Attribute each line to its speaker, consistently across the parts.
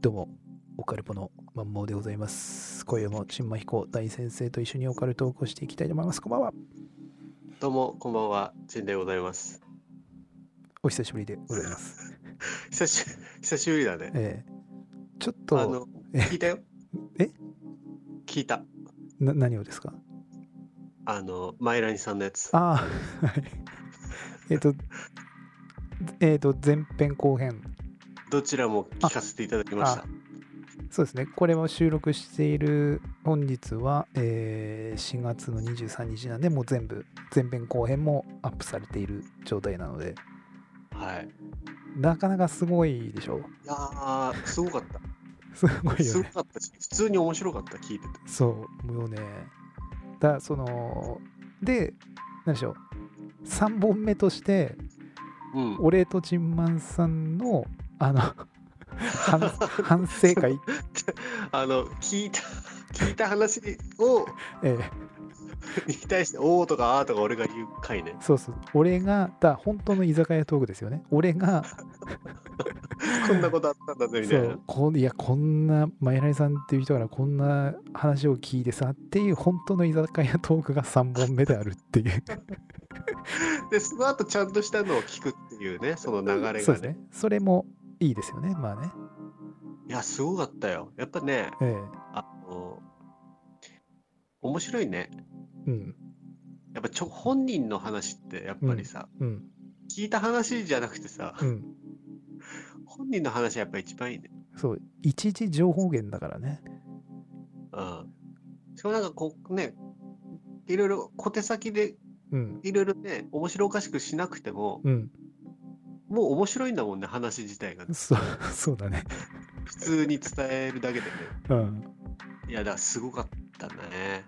Speaker 1: どうも、オカルポのマンモーでございます。今夜もちんまひこ大先生と一緒にオカルトークをしていきたいと思います。こんばんは。
Speaker 2: どうも、こんばんは、ちんでございます。
Speaker 1: お久しぶりでございます。
Speaker 2: 久し久しぶりだね。
Speaker 1: ええちょっ
Speaker 2: あ
Speaker 1: と
Speaker 2: の、聞いたよ。
Speaker 1: え
Speaker 2: 聞いた。
Speaker 1: な、何をですか
Speaker 2: あの、マイラニさんのやつ。
Speaker 1: ああ、はい。 えっと、えっと、前編後編。
Speaker 2: どちらも聞かせていただきました。
Speaker 1: そうですね、これを収録している本日は、えー4月の23日なんで、もう全部、前編後編もアップされている状態なので、
Speaker 2: はい。い
Speaker 1: なかなかすごいでしょ
Speaker 2: やー、すごかっ
Speaker 1: すご
Speaker 2: た。
Speaker 1: いよ
Speaker 2: すご
Speaker 1: ね。
Speaker 2: かったし、普通に面白かった、聞いてて。
Speaker 1: そう、もうね。だ、その、で、何でしょう、3本目として、
Speaker 2: うん。
Speaker 1: 俺とチンマンさんの、あの、 反反省会、
Speaker 2: あの、聞いた、聞いた話を、
Speaker 1: えー
Speaker 2: に対して、おーとかあーとか俺が言う回ね。
Speaker 1: そうそう、俺が、だ、本当の居酒屋トークですよね。俺が、
Speaker 2: こんなことあったんだぜ、み
Speaker 1: そ
Speaker 2: たいな
Speaker 1: う。こんいやこんなマイナリさんっていう人からこんな話を聞いてさっていう本当の居酒屋トークが3本目であるっていう
Speaker 2: で、その後ちゃんとしたのを聞くっていうね、その流れ
Speaker 1: そうで
Speaker 2: が
Speaker 1: す
Speaker 2: ね。
Speaker 1: ねそれもいいですよねまあね
Speaker 2: いや、すごかったよ。やっぱね、
Speaker 1: え
Speaker 2: あの面白いね。
Speaker 1: えうん
Speaker 2: やっぱちょ本人の話ってやっぱりさ、
Speaker 1: うん
Speaker 2: 聞いた話じゃなくてさ、
Speaker 1: うん
Speaker 2: 本人の話はやっぱ一番いいね。
Speaker 1: そう一時情報源だからね
Speaker 2: うん。しかもなんかこうね、いろいろ小手先で
Speaker 1: うん
Speaker 2: いろいろね、面白おかしくしなくても、
Speaker 1: うん
Speaker 2: もう面白いんだもんね、話自体が。
Speaker 1: そう そうだね
Speaker 2: 普通に伝えるだけでね。
Speaker 1: うん
Speaker 2: いや、だからすごかったね。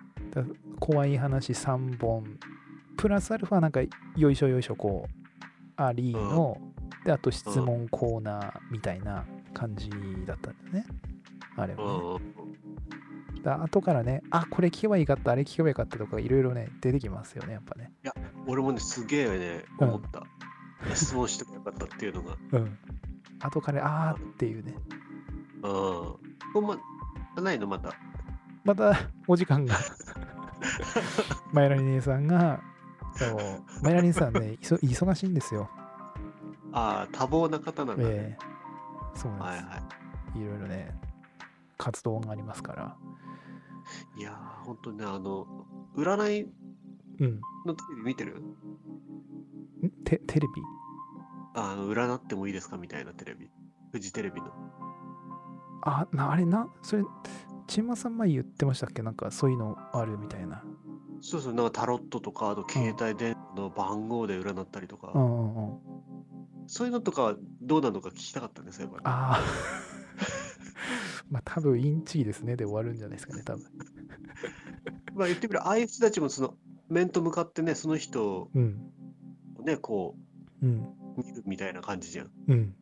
Speaker 1: 怖い話3本プラスアルファなんかよいしょよいしょこうありの、であと質問コーナーみたいな感じだったんだよねあれ
Speaker 2: う
Speaker 1: はね、
Speaker 2: ん。
Speaker 1: だ後からねあこれ聞けばいいかったあれ聞けばよかったとかいろいろね出てきますよねやっぱね
Speaker 2: 俺もね、すげえね、思った。質問してもよかったっていうのが。
Speaker 1: うん後からあーっていうね
Speaker 2: うん。ほんま、ないのまた。
Speaker 1: またお時間がマイラニ姉さんがそうマイラニ姉さんねいそ忙しいんですよ、
Speaker 2: ああ、多忙な方なんだね。
Speaker 1: ええそうなん
Speaker 2: はい
Speaker 1: です、
Speaker 2: はい
Speaker 1: ろいろね活動がありますから
Speaker 2: い。いやー、本当にね、あの、占い
Speaker 1: うん
Speaker 2: のテレビ見てる
Speaker 1: んテテレビ
Speaker 2: あの、占ってもいいですかみたいなテレビ。フジテレビの。
Speaker 1: あなあれなそれ千葉さん前言ってましたっけなんかそういうのあるみたいな
Speaker 2: そうそう、なんかタロットとか、あと携帯電話の番号で占ったりとか、
Speaker 1: うんうんうん
Speaker 2: そういうのとかはどうなのか聞きたかったんですよ、やっぱ
Speaker 1: ああ まあ多分インチキですねで終わるんじゃないですかね多分
Speaker 2: り。まあ言ってみれば、ああいう人たちもその、面と向かってね、その人
Speaker 1: うん
Speaker 2: をね、こ
Speaker 1: うん
Speaker 2: う、見るみたいな感じじゃん。
Speaker 1: うん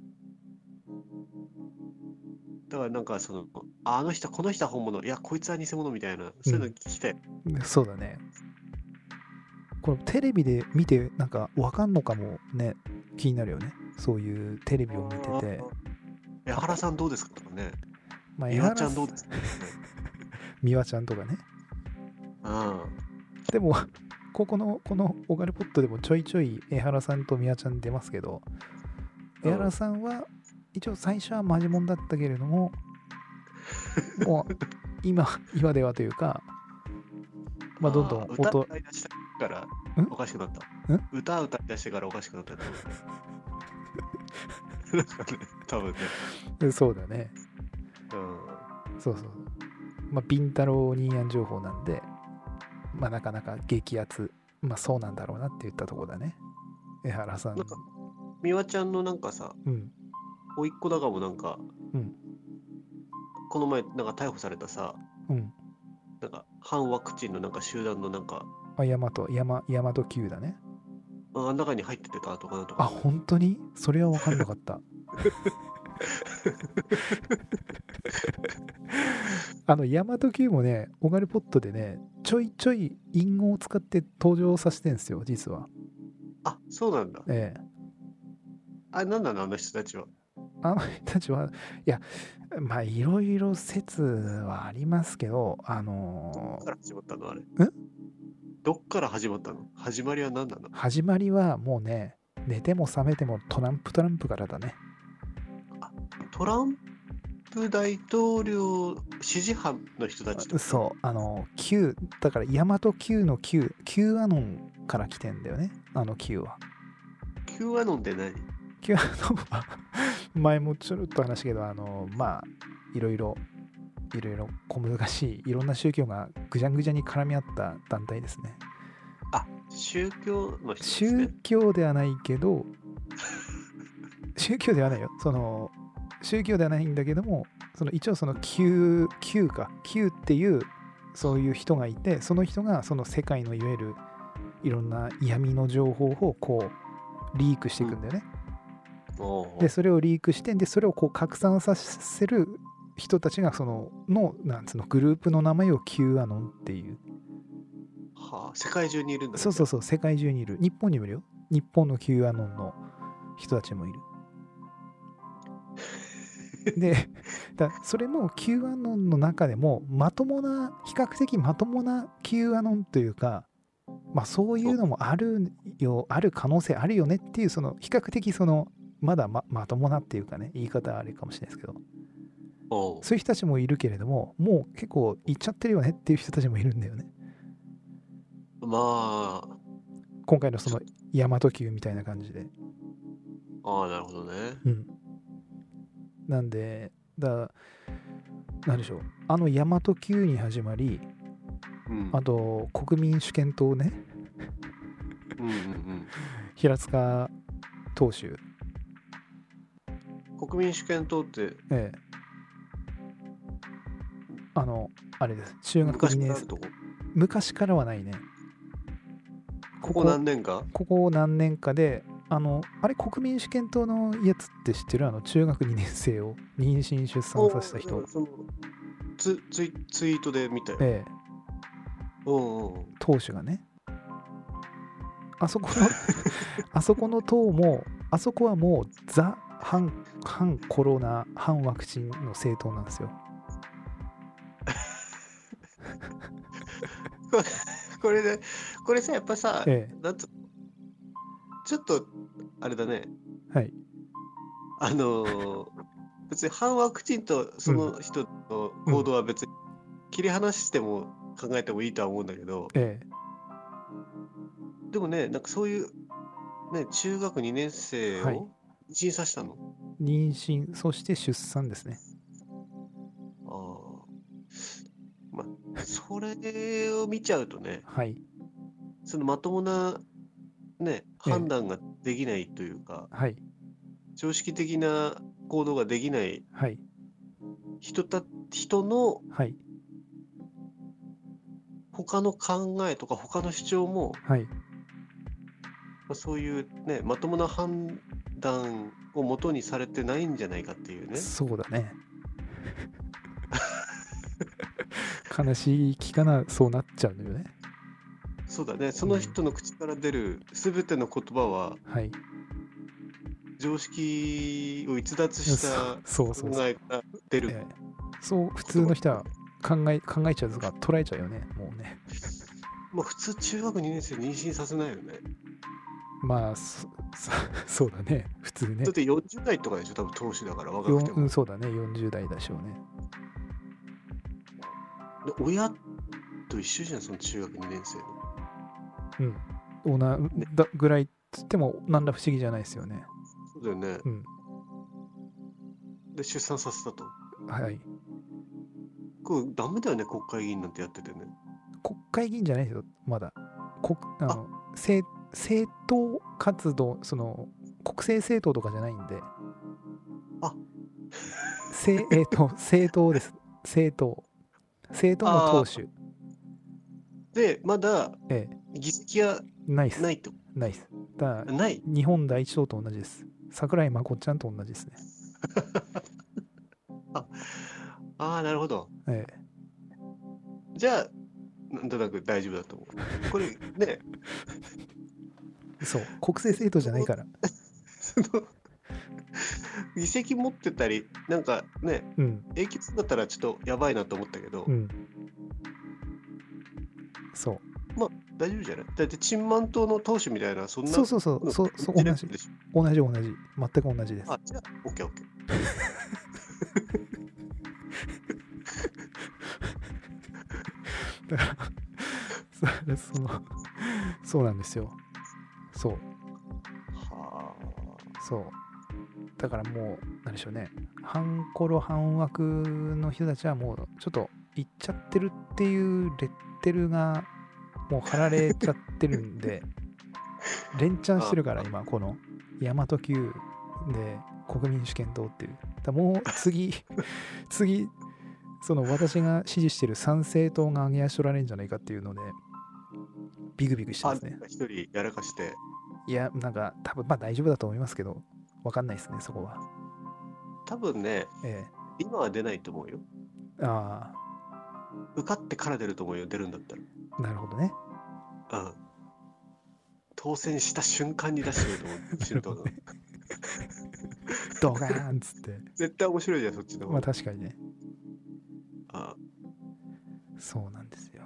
Speaker 2: だからなんかその、あの人、この人は本物、いや、こいつは偽物みたいな、そういうの聞きたい。
Speaker 1: そうだねこれテレビで見てなんかわかんのかもね気になるよねそういうテレビを見てて
Speaker 2: 江原さんどうですかとかね。
Speaker 1: まあ
Speaker 2: 江原ちゃんど
Speaker 1: 江
Speaker 2: うで
Speaker 1: 原さ
Speaker 2: すかとかね
Speaker 1: 美和ちゃんとかね
Speaker 2: う
Speaker 1: でも ここのこのオガルポットでもちょいちょい江原さんと美和ちゃん出ますけど
Speaker 2: うん
Speaker 1: 江原さんは一応最初はマジモンだったけれど ももう今今ではというか
Speaker 2: ん
Speaker 1: まあどんどん
Speaker 2: ー歌
Speaker 1: 音
Speaker 2: 歌い出したから
Speaker 1: ん
Speaker 2: おかしくなった。歌歌い出してからおかしくなったよ。 なんかね多分ね。
Speaker 1: そうだね
Speaker 2: うん。
Speaker 1: そうそうまあビンタロウニーヤン情報なんでまあなかなか激アツまあそうなんだろうなって言ったとこだね江原さん
Speaker 2: なんか美和ちゃんのなんかさ、
Speaker 1: うん
Speaker 2: 甥いっ子だかもなんか、
Speaker 1: うん
Speaker 2: この前なんか逮捕されたさ、
Speaker 1: うん
Speaker 2: なんか反ワクチンのなんか集団のなんか、
Speaker 1: あ大和山大和級だね
Speaker 2: あの中に入ってたとかなんと
Speaker 1: あ
Speaker 2: か。
Speaker 1: 本当にそれは分かんなかった あの大和級もねオガルポットでねちょいちょい隠語を使って登場させてんですよ実は
Speaker 2: あ、そうなんだ。
Speaker 1: ええ
Speaker 2: あ、なんなのあの人たちは。
Speaker 1: あの人たちは、いや、まあ、いろいろ説はありますけど、あの
Speaker 2: どっから始まったのあれ
Speaker 1: ん
Speaker 2: どっから始まったの始まりは何なの
Speaker 1: 始まりはもうね、寝ても覚めてもトランプトランプからだね。
Speaker 2: トランプ大統領支持派の人たちってこと
Speaker 1: そう、あの、Q、だから、大和 Q の Q、Q アノンから来てんだよね、あの Q は。
Speaker 2: Q アノンって何
Speaker 1: Q アノンは、 前もちょろっと話したけど、あの、まあ、いろいろ、いろいろ小難しい、いろんな宗教がぐじゃんぐじゃに絡み合った団体ですね。
Speaker 2: あ宗教の人です
Speaker 1: 宗
Speaker 2: ね。
Speaker 1: 教ではないけど宗教ではないよその宗教ではないんだけどもその一応その Q, Q か Q っていうそういう人がいてその人がその世界のいわゆるいろんな闇の情報をこうリークしていくんだよね、
Speaker 2: おうおう
Speaker 1: でそれをリークしてでそれをこう拡散させる人たちがそののなんつうのグループの名前を Q アノンっていう
Speaker 2: はあ、世界中にいるんだ。
Speaker 1: そうそうそう、世界中にいる。日本にもいるよ。日本の Q アノンの人たちもいる。で、だそれも Q アノンの中でも、まともな、比較的まともな Q アノンというか、まあそういうのもあるよ、ある可能性あるよねっていう、その比較的その、まだままともなっていうかね、言い方はあれかもしれないですけど、
Speaker 2: おう
Speaker 1: そういう人たちもいるけれども、もう結構いっちゃってるよねっていう人たちもいるんだよね。
Speaker 2: ま
Speaker 1: 今回のその、大和級みたいな感じで。
Speaker 2: あ、ああ、なるほどね。
Speaker 1: うん、なんでだなんでしょうあの大和級に始まり
Speaker 2: うん。
Speaker 1: あと国民主権党ね
Speaker 2: うんうん
Speaker 1: 平塚党首、
Speaker 2: うん、国民主権党って
Speaker 1: ええ、あのあれです中学
Speaker 2: 昔
Speaker 1: 2
Speaker 2: から
Speaker 1: 年
Speaker 2: ある
Speaker 1: 生
Speaker 2: とこ。
Speaker 1: 昔からはないね
Speaker 2: ここ何年か
Speaker 1: ここ何年かであのあれ国民主権党のやつって知ってるあの中学2年生を妊娠出産させた
Speaker 2: お
Speaker 1: 人
Speaker 2: う、そのツツイツイートで見たよ。
Speaker 1: ええ、
Speaker 2: うんうん。
Speaker 1: 党首がねあそこ のあそこの党もあそこはもうザ反反コロナ反ワクチンの政党なんですよ
Speaker 2: これで、これさ、やっぱさ、
Speaker 1: え
Speaker 2: なんつうちょっと、あれだね。
Speaker 1: えはい
Speaker 2: あのー別に反ワクチンとその人の行動は別に切り離しても考えてもいいとは思うんだけど、
Speaker 1: ええ
Speaker 2: でもね、なんかそういう、ね、中学2年生
Speaker 1: はい
Speaker 2: を妊娠させたの、
Speaker 1: 妊娠そして出産ですね
Speaker 2: ああ。まあ、それを見ちゃうとね、
Speaker 1: はい
Speaker 2: そのまともな、ね、
Speaker 1: ええ
Speaker 2: 判断ができないというか、
Speaker 1: はい
Speaker 2: 常識的な行動ができない
Speaker 1: はい
Speaker 2: 人た人の
Speaker 1: はい
Speaker 2: 他の考えとか他の主張も、
Speaker 1: はい
Speaker 2: まあそういうねまともな判断をもとにされてないんじゃないかっていうね
Speaker 1: そうだね悲しい気かなそうなっちゃうんだよね
Speaker 2: そうだねその人の口から出る全ての言葉は
Speaker 1: はい
Speaker 2: 常識を逸脱した
Speaker 1: そうそうそう、
Speaker 2: 考えから出る
Speaker 1: ええ、そう普通の人は考え考えちゃうとか捉えちゃうよねもうね
Speaker 2: まあ普通中学2年生妊娠させないよね
Speaker 1: まあそ そそうだね普通ね
Speaker 2: だって40代とかでしょ多分投手だから若
Speaker 1: よ
Speaker 2: くて
Speaker 1: んう
Speaker 2: も
Speaker 1: んそうだね40代だしょうね
Speaker 2: で親と一緒じゃんその中学2年生の
Speaker 1: おなだぐらいっつってもなんら不思議じゃないですよね
Speaker 2: そうだよね
Speaker 1: うん
Speaker 2: で出産させたと
Speaker 1: はい
Speaker 2: これダメだよね国会議員なんてやっててね
Speaker 1: 国会議員じゃないですよまだ国あの政政党活動その国政政党とかじゃないんで
Speaker 2: あ
Speaker 1: せ えっ、と政党です政党政党の党首
Speaker 2: でまだ
Speaker 1: え
Speaker 2: 議席が
Speaker 1: ナイス
Speaker 2: ないってこ
Speaker 1: ナイスだ
Speaker 2: とない
Speaker 1: 日本第一党と同じです桜井真子ちゃんと同じですね
Speaker 2: ああなるほど
Speaker 1: ええ
Speaker 2: じゃあなんとなく大丈夫だと思うこれね
Speaker 1: そう、国政政党じゃないから。
Speaker 2: その遺跡持ってたり、なんかね、
Speaker 1: うん
Speaker 2: 影響するんだったらちょっとやばいなと思ったけど、
Speaker 1: うんそう
Speaker 2: 大丈夫じゃないだって、チンマン島の当主みたいな、そんな。
Speaker 1: そうそうそうそうそう同
Speaker 2: レベ
Speaker 1: じ
Speaker 2: ルでしょ
Speaker 1: 同じ同じ全く同じです
Speaker 2: あ、じゃあ、オッケーオッケー。
Speaker 1: だから そそのそうなんですよそう
Speaker 2: は
Speaker 1: そうだからもう何でしょうね半コロ半枠の人たちはもうちょっと行っちゃってるっていうレッテルがもう貼られちゃってるんで連チャンしてるから今この大和級で国民主権党っていうだからもう次 次その私が支持してる参政党が上げ足取られるんじゃないかっていうのでビクビクして
Speaker 2: あ。
Speaker 1: ま
Speaker 2: あ、
Speaker 1: すね
Speaker 2: なんか一人やらかして。
Speaker 1: いや、なんか、多分まあ大丈夫だと思いますけど、わかんないですね、そこは。
Speaker 2: 多分ね、
Speaker 1: え
Speaker 2: 今は出ないと思うよ。
Speaker 1: え。あ
Speaker 2: 受かってから出ると思うよ、出るんだった
Speaker 1: あ、なるほどね。
Speaker 2: ら。うん。当選した瞬間に出してくると思う、新 党の。
Speaker 1: ドガーンっつって。
Speaker 2: 絶対面白いじゃん、そっちの方
Speaker 1: まあ確かにね。
Speaker 2: あ
Speaker 1: そうなんですよ。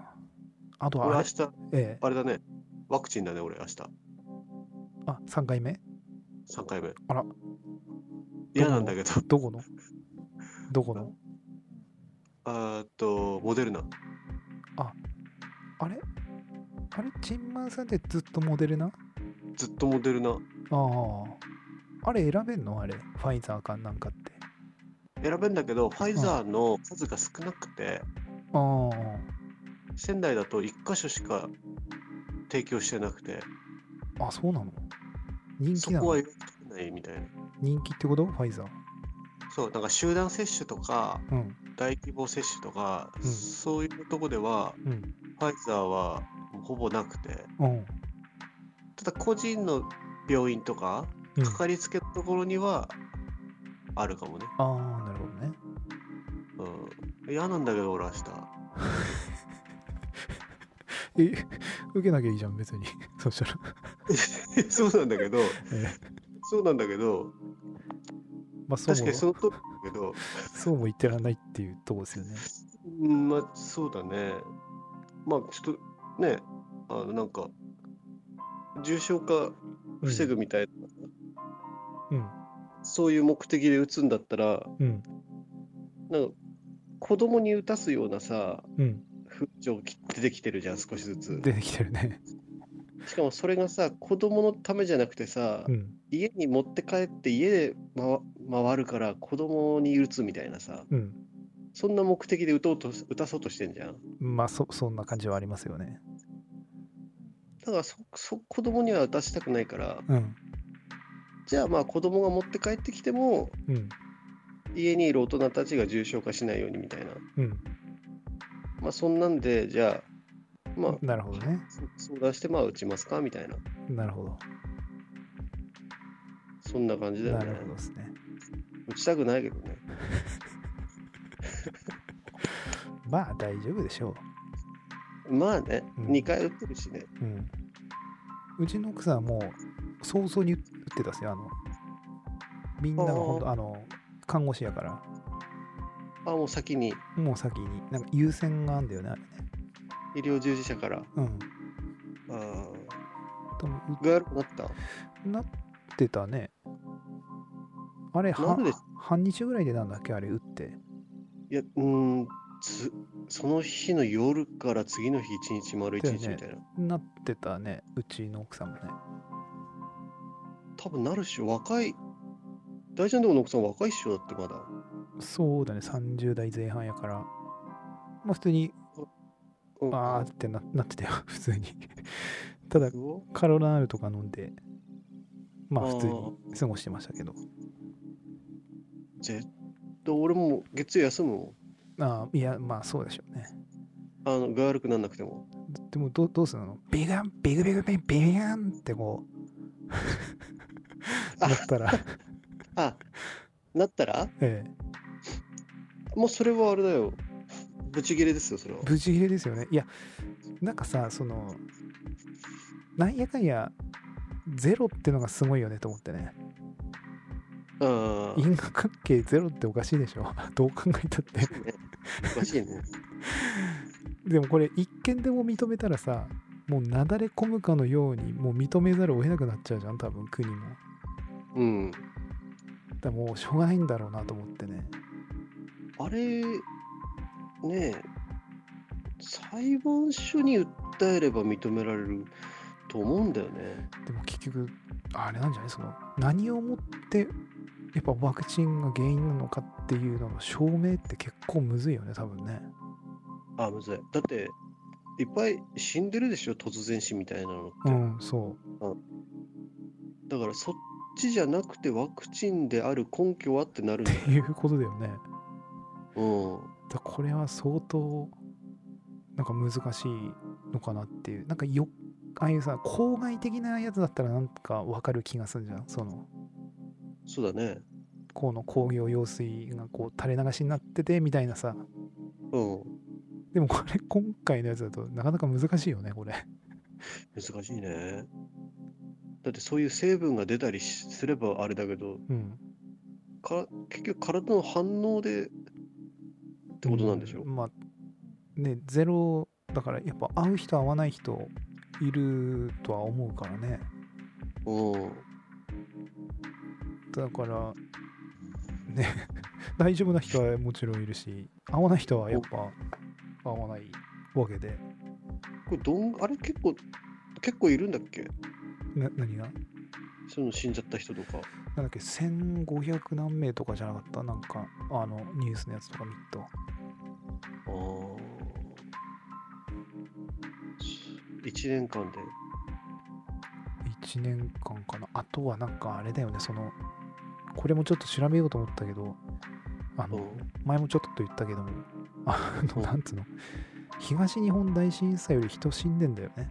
Speaker 1: あと
Speaker 2: 俺
Speaker 1: はあ
Speaker 2: 明
Speaker 1: れ、
Speaker 2: 日、
Speaker 1: ええ。
Speaker 2: あれだね。ワクチンだね、俺、明日。
Speaker 1: あ、3回目
Speaker 2: 3回目。
Speaker 1: あら。
Speaker 2: 嫌なんだけど。
Speaker 1: どこのどこの
Speaker 2: あーっと、モデルナ。
Speaker 1: あれあれチンマンさんってずっとモデルな
Speaker 2: ずっとモデルナ。
Speaker 1: ああ。あれ選べんのあれ。ファイザーかなんかって。
Speaker 2: 選べんだけど、ファイザーの数が少なくて、
Speaker 1: あ
Speaker 2: 仙台だと1箇所しか提供してなくて、
Speaker 1: あ。あ、そうなの人
Speaker 2: そ
Speaker 1: 気な
Speaker 2: こ
Speaker 1: の
Speaker 2: は予約取れないみたいな。
Speaker 1: 人気ってことファイザー。
Speaker 2: そう、なんか集団接種とか、
Speaker 1: うん。
Speaker 2: 大規模接種とか、
Speaker 1: うん
Speaker 2: そういうとこでは、
Speaker 1: うん。
Speaker 2: ファイザーはほぼなくて、
Speaker 1: うん。
Speaker 2: ただ個人の病院とか、
Speaker 1: うん
Speaker 2: かかりつけのところにはあるかもね。
Speaker 1: ああ、なるほどね。
Speaker 2: うん。嫌なんだけど、俺明日。
Speaker 1: え、受けなきゃいいじゃん、別に。そしたら。
Speaker 2: そうなんだけど、
Speaker 1: え
Speaker 2: そうなんだけど、
Speaker 1: まあ、そう
Speaker 2: 確か
Speaker 1: も
Speaker 2: にそのとりなんだけど、
Speaker 1: そうも言ってらんないっていうとこですよね。
Speaker 2: うん、まあ、そうだね。まあ、ちょっと、ね、あの、なんか、重症化防ぐみたいな、
Speaker 1: うん。
Speaker 2: そういう目的で打つんだったら、
Speaker 1: うん。
Speaker 2: なんか、子供に打たすようなさ、
Speaker 1: うん。
Speaker 2: 風潮き出てきてるじゃん、少しずつ。
Speaker 1: 出てきてるね。
Speaker 2: しかもそれがさ、子供のためじゃなくてさ、
Speaker 1: うん。
Speaker 2: 家に持って帰って家で回回るから子供に打つみたいなさ、
Speaker 1: うん。
Speaker 2: そんな目的で打とうと打たそうとしてんじゃん。
Speaker 1: まあ、そ、そんな感じはありますよね。
Speaker 2: だからそそ子供には打たしたくないから、
Speaker 1: うん。
Speaker 2: じゃあまあ子供が持って帰ってきても
Speaker 1: うん。
Speaker 2: 家にいる大人たちが重症化しないようにみたいな、
Speaker 1: うん。
Speaker 2: まあ、そんなんでじゃあまあ
Speaker 1: なるほどね。
Speaker 2: そ相談してまあ打ちますかみたいな
Speaker 1: なるほど。
Speaker 2: そんな感じだよ
Speaker 1: な
Speaker 2: ね
Speaker 1: るほどですね。
Speaker 2: 打ちたくないけどね
Speaker 1: まあ、大丈夫でしょ
Speaker 2: まあね、
Speaker 1: うん
Speaker 2: 2回打ってるしね
Speaker 1: う。うん。うちの奥さんはもう、早々に打ってたっすよ。あの、みんなが本当あの、看護師やから、
Speaker 2: あもう先に
Speaker 1: もう先に、なんか優先があんだよね、あれね。
Speaker 2: 医療従事者から
Speaker 1: うん。
Speaker 2: あー
Speaker 1: でも
Speaker 2: 具合悪くなった
Speaker 1: なってたね。あれ、
Speaker 2: な
Speaker 1: は
Speaker 2: んでです
Speaker 1: 半日ぐらいでなんだっけあれ、打って。
Speaker 2: いやうーんつその日の夜から次の日一日丸一日みたいな、
Speaker 1: なってたね、うちの奥さんもね。
Speaker 2: 多分なるっしょ若い大ちゃんとこの奥さん若いっしょだってまだ
Speaker 1: そうだね、30代前半やから。まあ、普通に、
Speaker 2: うん
Speaker 1: あーってななってたよ、 普通に。ただ
Speaker 2: す、ご
Speaker 1: カロナールとか飲んで、まあ、
Speaker 2: あー
Speaker 1: 普通に過ごしてましたけど。
Speaker 2: 絶対俺も月曜休むもん
Speaker 1: あーいや、まあ、そうでしょうね。
Speaker 2: あの具合悪くなんなくても
Speaker 1: でもど、どうするのビガン、ビグビグビグビガンってこう、
Speaker 2: あ
Speaker 1: なったら、
Speaker 2: あなったら
Speaker 1: ええ、
Speaker 2: もうそれはあれだよブチギレですよそれは
Speaker 1: 無事切れですよねいやなんかさそのなんやかんやゼロってのがすごいよねと思ってね
Speaker 2: うん。
Speaker 1: 因果関係ゼロっておかしいでしょ どう考えたって
Speaker 2: おかしいね。
Speaker 1: でもこれ一見でも認めたらさもうなだれ込むかのようにもう認めざるを得なくなっちゃうじゃん多分国も
Speaker 2: うん。
Speaker 1: だからもうしょうがないんだろうなと思ってね
Speaker 2: あれ、ねえ、裁判所に訴えれば認められると思うんだよね。
Speaker 1: でも結局あれなんじゃないその何をもってやっぱワクチンが原因なのかっていうのの証明って結構むずいよね多分ね
Speaker 2: あ、むずい。だって、いっぱい死んでるでしょ、突然死みたいなのっ
Speaker 1: う
Speaker 2: て。
Speaker 1: んそ
Speaker 2: だから、そっちじゃなくてワクチンである根拠はってなるん
Speaker 1: う
Speaker 2: だ
Speaker 1: っ
Speaker 2: よ。
Speaker 1: ていうことだよね
Speaker 2: うん。
Speaker 1: だからこれは相当なんか難しいのかなっていうなんかよああいうさ郊外的なやつだったらなんかわかる気がするじゃんその
Speaker 2: そうだね。
Speaker 1: この工業用水がこう垂れ流しになっててみたいなさ
Speaker 2: うん。
Speaker 1: でもこれ今回のやつだとなかなか難しいよねこれ
Speaker 2: 難しいね。だってそういう成分が出たりしすればあれだけど、
Speaker 1: うん
Speaker 2: か結局体の反応でってことなんでしょ、
Speaker 1: うまあねゼロだからやっぱ会う人会わない人いるとは思うからね
Speaker 2: うん、
Speaker 1: だからね 大丈夫な人はもちろんいるし会わない人はやっぱ会わないわけで
Speaker 2: これどんあれ結構結構いるんだっけ
Speaker 1: な何が
Speaker 2: その死んじゃった人とか。
Speaker 1: なんだっけ1500何名とかじゃなかったなんかあのニュースのやつとか見ると
Speaker 2: あー1年間で。
Speaker 1: 1年間かなあとはなんかあれだよねそのこれもちょっと調べようと思ったけどあ
Speaker 2: う
Speaker 1: の、
Speaker 2: ん
Speaker 1: 前もちょっと言ったけどもあ
Speaker 2: う
Speaker 1: の
Speaker 2: ん
Speaker 1: なんつうの東日本大震災より人死んでんだよね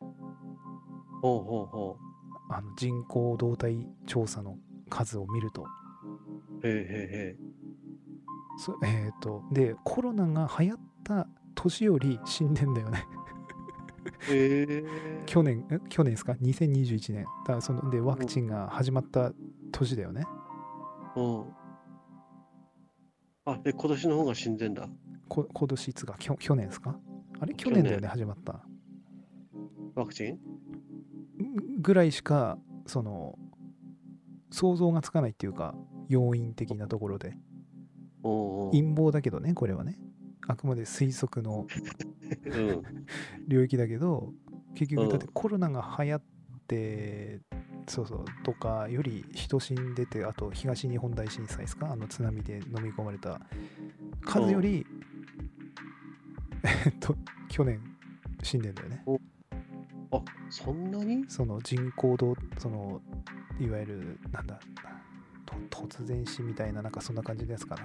Speaker 2: ほうほうほ
Speaker 1: あの人口動態調査の数を見ると
Speaker 2: う。へえへ
Speaker 1: そえっ、とでコロナが流行った年より死んでんだよね
Speaker 2: えへえ。へえ。
Speaker 1: 去年え去年ですか2021年だからそのでワクチンが始まった年だよね
Speaker 2: うん。あ、で、今年の方が死んでんだ。
Speaker 1: こ今年いつかきょ去年ですかあれ去年だよね始まった
Speaker 2: ワクチン
Speaker 1: ぐらいしかその想像がつかないっていうか要因的なところで
Speaker 2: うんうん。
Speaker 1: 陰謀だけどねこれはねあくまで推測の
Speaker 2: うん。
Speaker 1: 領域だけど結
Speaker 2: う
Speaker 1: 局
Speaker 2: ん
Speaker 1: だってコロナが流行ってそうそうとかより人死んでてあと東日本大震災ですかあの津波で飲み込まれた数より えっと去年死んでんだよね
Speaker 2: あそんなに
Speaker 1: その人口動そのいわゆるなんだと突然死みたいななんかそんな感じですかな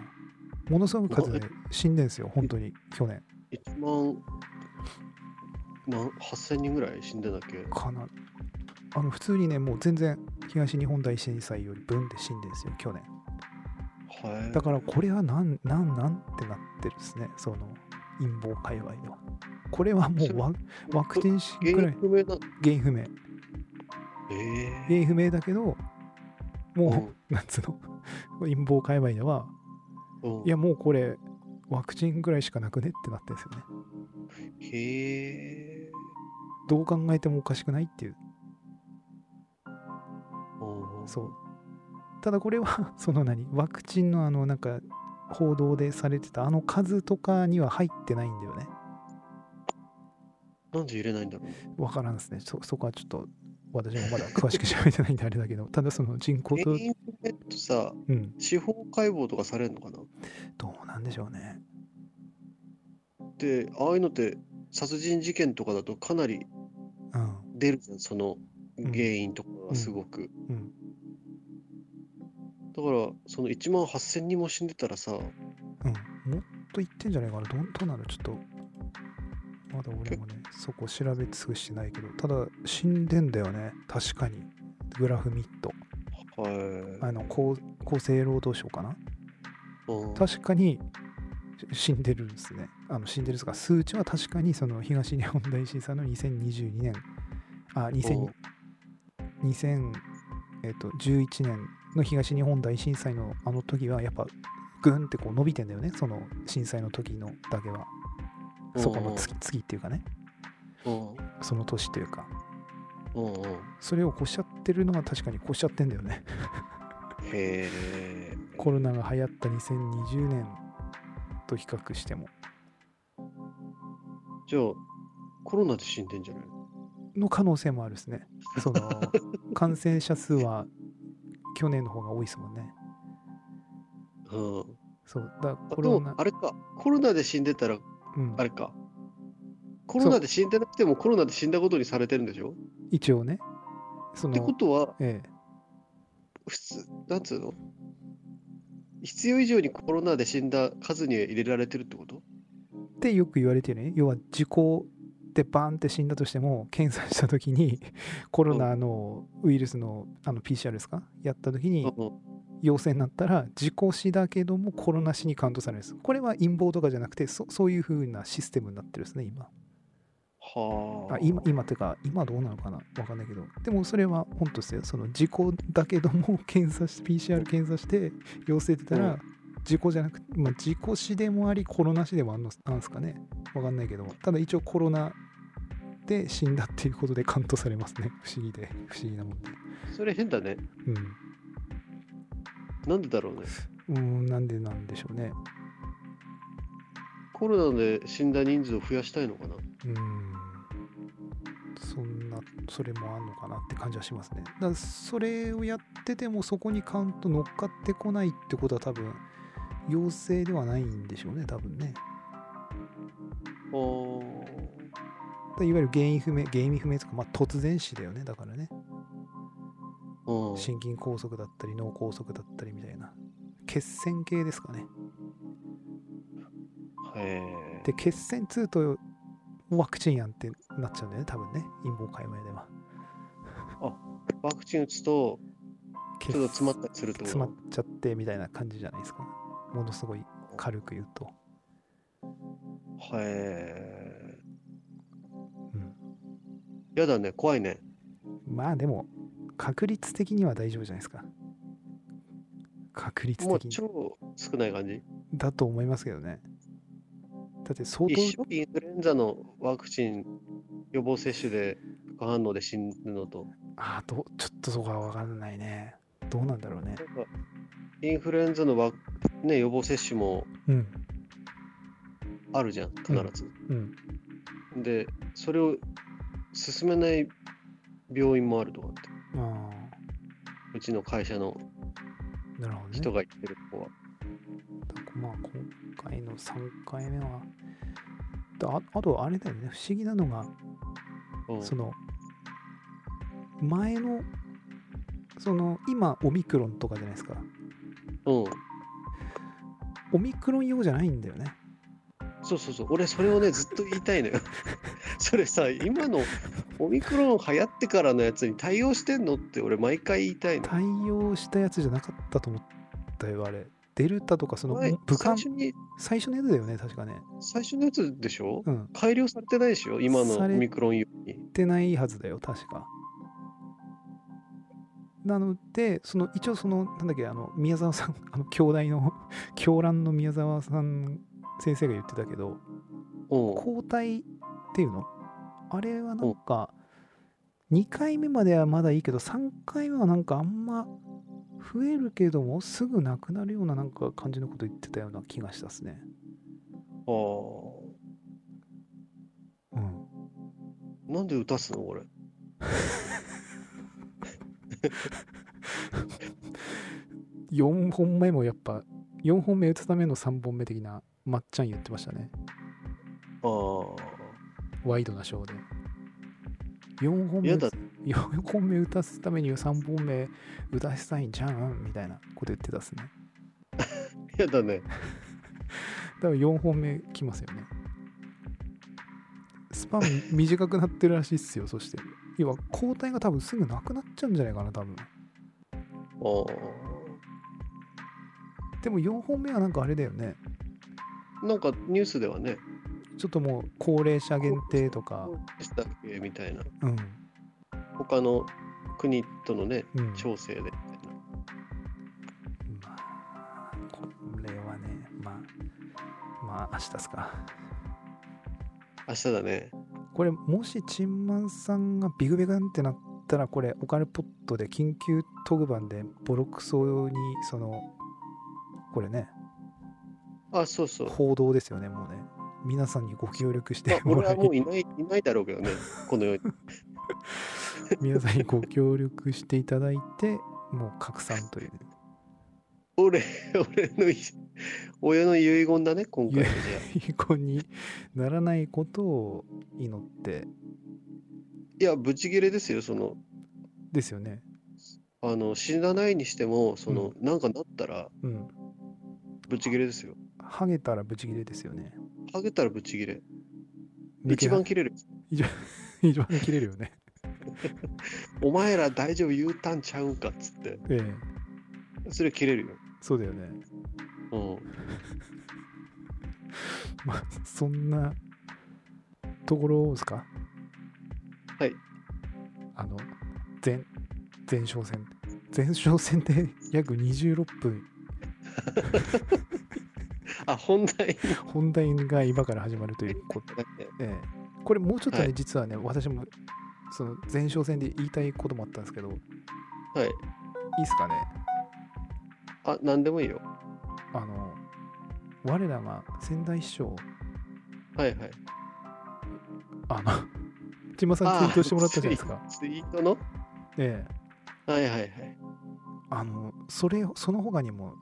Speaker 1: ものすごく数で死んでんですよ本当に去年
Speaker 2: ?1 万なん8000人ぐらい死んでんだっけ
Speaker 1: かなあの普通にねもう全然東日本大震災より分で死んでんですよ去年
Speaker 2: はい。
Speaker 1: だからこれはなんなんなんってなってるですねその陰謀界隈ではこれはもうワワクチンし
Speaker 2: 原
Speaker 1: くら
Speaker 2: 因
Speaker 1: い
Speaker 2: 不明な。
Speaker 1: 原因不明
Speaker 2: ええ
Speaker 1: 原因不明だけどもう、
Speaker 2: うん
Speaker 1: なんつうの 陰謀界隈では
Speaker 2: うん
Speaker 1: いやもうこれワクチンぐらいしかなくねってなってるんですよね。
Speaker 2: へえ。
Speaker 1: どう考えてもおかしくないっていう。
Speaker 2: うん
Speaker 1: そう。ただこれは その何ワクチンのあのなんか報道でされてたあの数とかには入ってないんだよね。
Speaker 2: なんで入れないんだろう
Speaker 1: わからんですね。そそこはちょっと私もまだ詳しく調べてないんであれだけど、 ただその人口と
Speaker 2: 原、因不明ってさ、
Speaker 1: うん、
Speaker 2: 司法解剖とかされるのかな
Speaker 1: どうなんでしょうね。
Speaker 2: で、ああいうのって殺人事件とかだとかなり
Speaker 1: うん。
Speaker 2: 出るじゃん、その
Speaker 1: ん
Speaker 2: 原因とかがすごく。
Speaker 1: うん。
Speaker 2: だから、その1万8000人も死んでたらさ、
Speaker 1: うん。もっと言ってんじゃないかな。どんどうなるちょっと。まだ俺もね、そこ調べ尽くしてないけど、ただ死んでんだよね。確かに。グラフミット。
Speaker 2: は。
Speaker 1: あの厚厚生労働省かない
Speaker 2: うん
Speaker 1: 確かにし死んでるんですね。あの死んでるんですか数値は確かにその東日本大震災の2022年、あ、
Speaker 2: う
Speaker 1: 2000
Speaker 2: ん
Speaker 1: 2000えっと11年の東日本大震災のあの時はやっぱグンってこう伸びてんだよねその震災の時のだけはそこの月月っていうかね
Speaker 2: うん
Speaker 1: その年というか
Speaker 2: うんうん
Speaker 1: それを越しちゃってるのが確かに越しちゃってんだよね
Speaker 2: へえ
Speaker 1: コロナが流行った2020年と比較しても
Speaker 2: じゃあコロナで死んでんじゃない
Speaker 1: の可能性もあるですねそ の感染者数は去年の方が多いですもんね
Speaker 2: うん
Speaker 1: そうだ
Speaker 2: あ
Speaker 1: コ
Speaker 2: で
Speaker 1: ロ
Speaker 2: も
Speaker 1: ナ
Speaker 2: あれかコロナで死んでたら
Speaker 1: うん
Speaker 2: あれかコロナで死んでなくてもコロナで死んだことにされてるんでしょ
Speaker 1: 一応ねそ
Speaker 2: ってこ
Speaker 1: の
Speaker 2: とは
Speaker 1: ええ
Speaker 2: 普通なんつうの必要以上にコロナで死んだ数に入れられてるってこと
Speaker 1: ってよく言われてるね要は時効でバーンって死んだとしても検査した時に コロナのウイルスのあの PCR ですかやった時に
Speaker 2: う
Speaker 1: 陽性になったら事故死だけどもコロナ死にカウントされるんですこれは陰謀とかじゃなくてそそういう風なシステムになってるんですね今
Speaker 2: んはあ
Speaker 1: あ今今っていうか今どうなのかなわかんないけどでもそれは本当ですよその事故だけども検査し PCR 検査して陽性出た
Speaker 2: う
Speaker 1: ら事故じゃなくて、まあ、事故死でもありコロナ死でもあんのなんですかねわかんないけどもただ一応コロナで死んだっていうことでカウントされますね不思議で不思議なもんで
Speaker 2: それ変だねなんでだろうね
Speaker 1: うんうーんなんでなんでしょうね
Speaker 2: コロナで死んだ人数を増やしたいのかな
Speaker 1: うーんそんなそれもあんのかなって感じはしますねだからそれをやっててもそこにカウント乗っかってこないってことは多分陽性ではないんでしょうね多分ね
Speaker 2: あー
Speaker 1: だいわゆる原因不明原因不明とか、まあ、突然死だよねだからね
Speaker 2: うん
Speaker 1: 心筋梗塞だったり脳梗塞だったりみたいな血栓系ですかね
Speaker 2: へ
Speaker 1: で血栓2とワクチンやんってなっちゃうんだよね多分ね陰謀界隈では
Speaker 2: えワクチン打つと
Speaker 1: 血
Speaker 2: ちょっと詰まったりするってこと
Speaker 1: 詰まっちゃってみたいな感じじゃないですかものすごい軽く言うと、
Speaker 2: へ
Speaker 1: うん
Speaker 2: えやだね怖いね
Speaker 1: まあでも確率的には大丈夫じゃないですか確率
Speaker 2: もう
Speaker 1: 的に
Speaker 2: 超少ない感じ
Speaker 1: だと思いますけどねだって相
Speaker 2: 一
Speaker 1: 当
Speaker 2: 生インフルエンザのワクチン予防接種で副反応で死ぬのと
Speaker 1: ああどうちょっとそこは分からないねどうなんだろうね
Speaker 2: なんかインフルエンザのワク、ね、予防接種も
Speaker 1: うん
Speaker 2: あるじゃん必ず、
Speaker 1: うん
Speaker 2: でそれを進めない病院もあるとかって
Speaker 1: あ
Speaker 2: うちの会社の
Speaker 1: あなるほどね
Speaker 2: 人が言ってる子は、
Speaker 1: まあ今回の3回目はだああとあれだよね不思議なのが
Speaker 2: うん
Speaker 1: その前のその今オミクロンとかじゃないですか
Speaker 2: うん、
Speaker 1: オミクロン用じゃないんだよね
Speaker 2: そうそうそう俺それをねずっと言いたいのよ それさ今のオミクロン流行ってからのやつに対応してんのって俺毎回言いたいの
Speaker 1: 対応したやつじゃなかったと思ったよあれデルタとかその
Speaker 2: 前
Speaker 1: 武漢
Speaker 2: 最初に
Speaker 1: 最初のやつだよね確かね
Speaker 2: 最初のやつでしょ
Speaker 1: うん
Speaker 2: 改良されてないでしょ今のオミクロンより
Speaker 1: やってないはずだよ確かなのでその一応そのなんだっけあの宮沢さんあの京大の 狂乱の宮沢さん先生が言ってたけど
Speaker 2: うん
Speaker 1: 抗体っていうのあれはなんか2回目まではまだいいけど3回目はなんかあんま増えるけどもすぐなくなるようななんか感じのこと言ってたような気がしたですね。
Speaker 2: あー
Speaker 1: うん、
Speaker 2: なんで打たすのこれ
Speaker 1: 4本目もやっぱ4本目打つための3本目的なまっちゃん言ってましたね
Speaker 2: あー
Speaker 1: ワイドなショーで。4本目
Speaker 2: や
Speaker 1: 打
Speaker 2: だ
Speaker 1: つ4本目打たすために3本目打たせたいんじゃんみたいなこと言ってたっすね。
Speaker 2: やだね
Speaker 1: だから4本目来ますよね。スパン短くなってるらしいっすよ、そして。要は抗体が多分すぐなくなっちゃうんじゃないかな、多分。
Speaker 2: あー
Speaker 1: でも4本目はなんかあれだよね。
Speaker 2: なんかニュースではね
Speaker 1: ちょっともう高齢者限定とか、
Speaker 2: でしたっけみたいな
Speaker 1: うん、
Speaker 2: 他の国とのね
Speaker 1: うん、
Speaker 2: 調整でみたいな
Speaker 1: まあ明日ですか
Speaker 2: 明日だね。
Speaker 1: これもしチンマンさんがビグビグンってなったらこれオカルポットで緊急特番でボロクソにそのこれね
Speaker 2: あ、そう そう。
Speaker 1: 報道ですよねもうね皆さんにご協力し
Speaker 2: まあ
Speaker 1: て、も
Speaker 2: 俺
Speaker 1: ら
Speaker 2: はも
Speaker 1: いう
Speaker 2: いない、いないだろうけどね。この世に。
Speaker 1: 皆さんにご協力していただいてもう拡散という
Speaker 2: 俺、俺のい、 親の遺言だね、今回はじゃあ。
Speaker 1: 遺言にならないことを祈って
Speaker 2: いや、ブチギレですよ、その、
Speaker 1: ですよね
Speaker 2: あの、死なないにしても、その、なんかなったら、
Speaker 1: うん
Speaker 2: ブチギレですよ。
Speaker 1: ハゲたらブチギレですよね
Speaker 2: ハゲたらブチギレ。一番切れる。
Speaker 1: 一番切れるよね
Speaker 2: お前ら大丈夫言うたんちゃうんかっつって。
Speaker 1: ええ
Speaker 2: それ切れる
Speaker 1: そうだよね
Speaker 2: よ。
Speaker 1: まあそんなところですか
Speaker 2: はい
Speaker 1: あの前前哨戦前哨戦で 約26分
Speaker 2: うん。あ、本題。
Speaker 1: 本題が今から始まるということええこれもうちょっとね、
Speaker 2: はい
Speaker 1: 実はね私もその前哨戦で言いたいこともあったんですけどいい
Speaker 2: はい。
Speaker 1: ですかね
Speaker 2: あ、なんでもいいよ。
Speaker 1: あの我らが仙台市長
Speaker 2: はいはい。
Speaker 1: あ の千葉さんツイートしてもらったじゃないですか
Speaker 2: あツイツイートの
Speaker 1: ええ
Speaker 2: はいはいはい。
Speaker 1: あのそれその他にも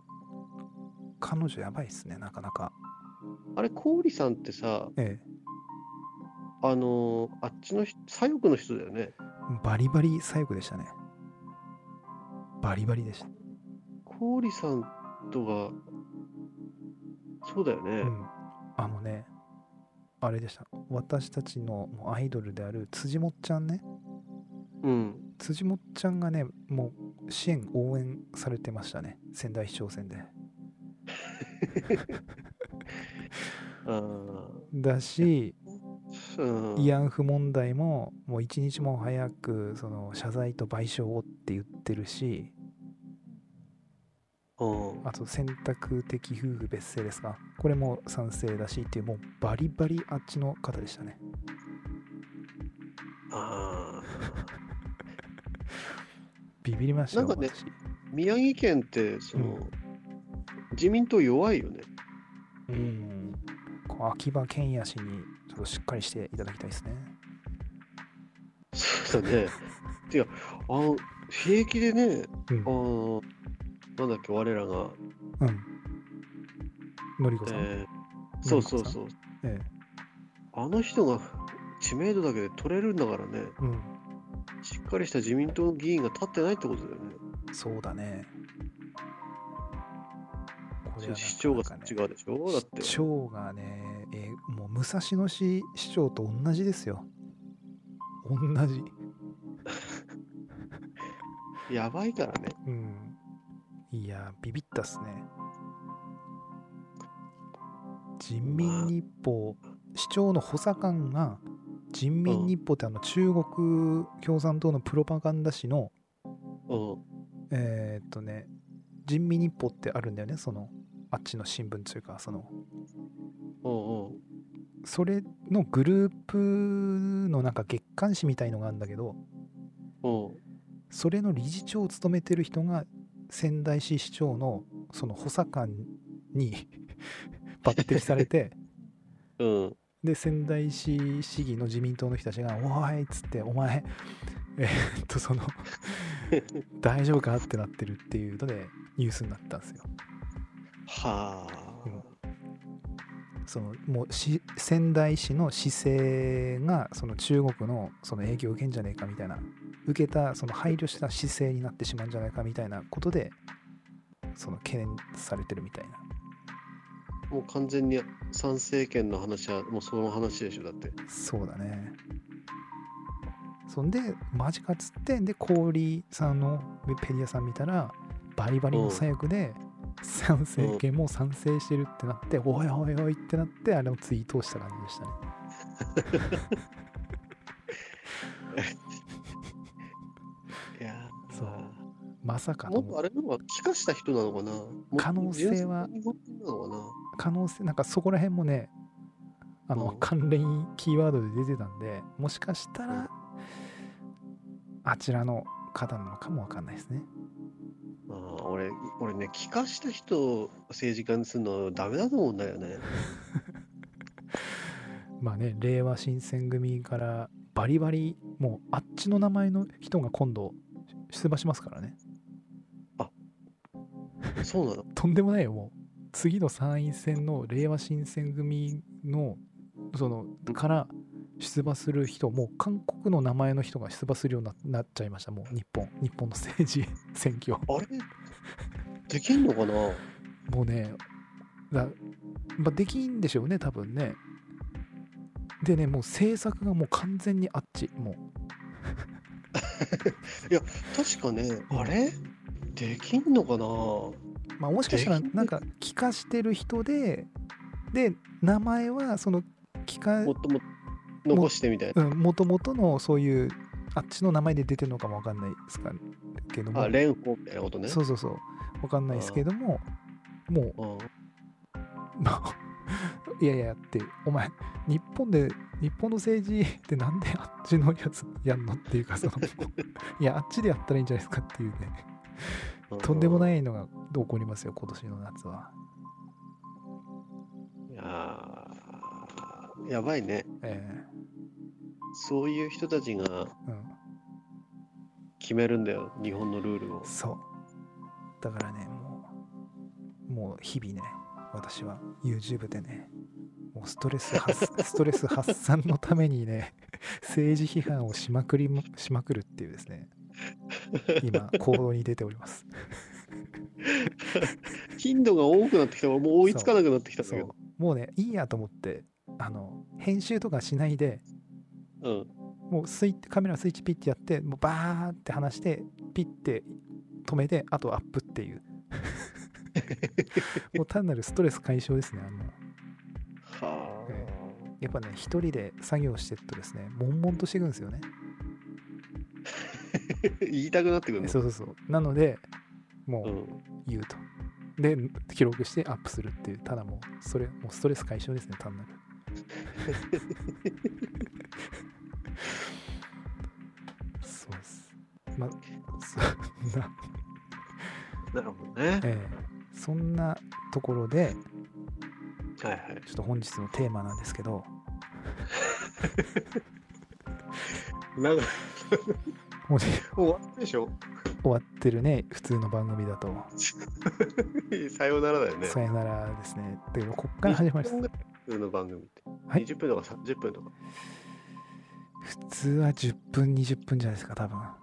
Speaker 1: 彼女やばいっすねなかなか
Speaker 2: あれ、氷さんってさ、
Speaker 1: ええ
Speaker 2: あのーあっちの人、左翼の人だよね。
Speaker 1: バリバリ左翼でしたねバリバリでした
Speaker 2: 氷さんとが、そうだよね。
Speaker 1: うん、あのねあれでした私たちのもうアイドルである辻もっちゃんね
Speaker 2: うん。
Speaker 1: 辻もっちゃんがねもう支援応援されてましたね仙台市長選で
Speaker 2: あ
Speaker 1: だし
Speaker 2: あ。うん。
Speaker 1: 慰安婦問題ももう一日も早くその謝罪と賠償をって言ってるし
Speaker 2: うん。
Speaker 1: あと選択的夫婦別姓ですかこれも賛成だしっていうもうバリバリあっちの方でしたね
Speaker 2: ああ。
Speaker 1: ビビりましたよ
Speaker 2: なんかね
Speaker 1: 私
Speaker 2: 宮城県って、その、
Speaker 1: う
Speaker 2: 自民党弱いよね。
Speaker 1: うん、こう秋葉賢也氏にちょっとしっかりしていただきたいですね。
Speaker 2: そうだね。てか、あの、平気でね、
Speaker 1: うん
Speaker 2: あ。の、なんだっけ、我らが、
Speaker 1: うん、のりこさん。え
Speaker 2: えーそうそうそう。
Speaker 1: え
Speaker 2: あの人が知名度だけで取れるんだからね、
Speaker 1: うん。
Speaker 2: しっかりした自民党の議員が立ってないってことだよね。
Speaker 1: そうだね。こ
Speaker 2: そう市長がそっち
Speaker 1: う
Speaker 2: 側でしょだって。
Speaker 1: 市長がね、えーもう武蔵野市市長と同じですよ。同じ。
Speaker 2: やばいからね。
Speaker 1: うん。いやー、ビビったっすね。人民日報、市長の補佐官が、人民日報ってあの中国共産党のプロパガンダ誌の、
Speaker 2: うん。
Speaker 1: えーっとね、人民日報ってあるんだよね、その、あっちの新聞というか、その、
Speaker 2: うんうん。
Speaker 1: それのグループのなんか月刊誌みたいのがあるんだけど、
Speaker 2: うん。
Speaker 1: それの理事長を務めてる人が仙台市市長のその補佐官に 抜擢されて
Speaker 2: うん。
Speaker 1: で仙台市市議の自民党の人たちが「おーい」っつって「お前えーっとその大丈夫か?」ってなってるっていうのでニュースになったんですよ。
Speaker 2: は
Speaker 1: うんそのもうし仙台市の市政がその中国のその影響を受けんじゃねえかみたいな受けたその配慮した市政になってしまうんじゃないかみたいなことでその懸念されてるみたいな
Speaker 2: あ。もう完全に参政権の話は、もうその話でしょ、だって。
Speaker 1: そうだねそんでマジかっつってで氷さんのウィキペディアさん見たらバリバリの左翼で賛成権も賛成してるってなって、おいおいおいってなってあれをツイートをした感じでしたね
Speaker 2: いやー
Speaker 1: そうまさか
Speaker 2: も
Speaker 1: の
Speaker 2: っとあれなのは、帰化した人なのかな
Speaker 1: 可能性は
Speaker 2: もっと純粋に日本人なのかな
Speaker 1: 可能性なんかそこら辺もねあの、
Speaker 2: うん
Speaker 1: 関連キーワードで出てたんでもしかしたら、
Speaker 2: うん
Speaker 1: あちらの方なのかもわかんないですね
Speaker 2: あー俺、俺ね、聞かした人を政治家にするのダメだと思うんだよね。
Speaker 1: まあね令和新選組からバリバリもうあっちの名前の人が今度出馬しますからね
Speaker 2: そうなの。
Speaker 1: とんでもないよもう次の参院選の令和新選組のそのから出馬する人もう韓国の名前の人が出馬するようにななっちゃいましたもう日本日本の政治 選挙
Speaker 2: あれできんのかな
Speaker 1: もうねだ、まあ、できんでしょうね多分ねでねもう政策がもう完全にあっちもう
Speaker 2: 確かね、あれできんのかな
Speaker 1: まあ、もしかしたら
Speaker 2: え
Speaker 1: なんか帰化してる人でで名前はその帰化
Speaker 2: もっとも残してみたい
Speaker 1: もともとのそういうあっちの名前で出てるのかもわかんないですかけど
Speaker 2: な。
Speaker 1: も
Speaker 2: あ、蓮舫みたいなことね。
Speaker 1: そうそうそうわかんないですけどももう
Speaker 2: うん。
Speaker 1: まあ いやいやってお前日本で日本の政治ってなんであっちのやつやんのっていうかそのいやあっちでやったらいいんじゃないですかっていうねとんでもないいのが起こりますよ今年の夏は、
Speaker 2: いやーやばいね。
Speaker 1: え
Speaker 2: そういう人たちが
Speaker 1: えうん
Speaker 2: 決めるんだよ、日本のルールを。
Speaker 1: そうだからねもうもう日々ね私は YouTube でねもうストレス発ストレス発散のためにね政治批判をしまくりもしまくるっていうですね今行動に出ております
Speaker 2: 頻度が多くなってきたもう追いつかなくなってきたんだ
Speaker 1: そ
Speaker 2: け
Speaker 1: う
Speaker 2: ど。
Speaker 1: もうねいいやと思ってあの編集とかしないで
Speaker 2: うん。
Speaker 1: もうスイッチカメラスイッチピッてやってもうバーって離してピッて止めてあとアップっていう もう単なるストレス解消ですねあの
Speaker 2: は
Speaker 1: えやっぱね一人で作業してるとですね悶々としていくんですよね
Speaker 2: あ。言いたくなってくるの。
Speaker 1: そうそうそうなのでも
Speaker 2: う。
Speaker 1: うん言うと、で記録してアップするっていうただもうそれもうストレス解消ですね単 なるそうですまあそんな
Speaker 2: なるほどね。
Speaker 1: ええそんなところで
Speaker 2: はいはい。
Speaker 1: ちょっと本日のテーマなんですけど
Speaker 2: なんか、
Speaker 1: もうね
Speaker 2: 終わったでしょ
Speaker 1: 終わってるね普通の番組だと
Speaker 2: さようならだよね。
Speaker 1: さよならですねでこっから始まります
Speaker 2: 20分ぐらい普通の番組って。
Speaker 1: はい
Speaker 2: 20分とか30分とか。
Speaker 1: 普通は10分20分じゃないですか多分
Speaker 2: あ、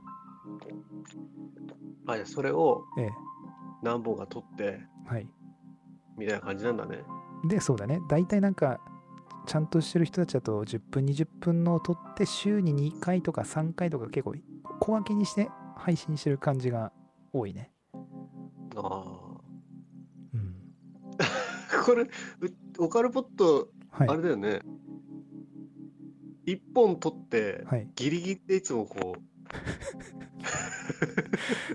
Speaker 2: じゃあそれを
Speaker 1: ええ
Speaker 2: 何本か撮って、
Speaker 1: はい
Speaker 2: みたいな感じなんだね。
Speaker 1: でそうだね大体なんかちゃんとしてる人たちだと10分20分のを取って週に2回とか3回とか結構小分けにして配信してる感じが多いね
Speaker 2: ああ。
Speaker 1: うん
Speaker 2: これ、うオカルポット、
Speaker 1: はい
Speaker 2: あれだよね。一本取って、
Speaker 1: はい
Speaker 2: ギリギリでいつもこ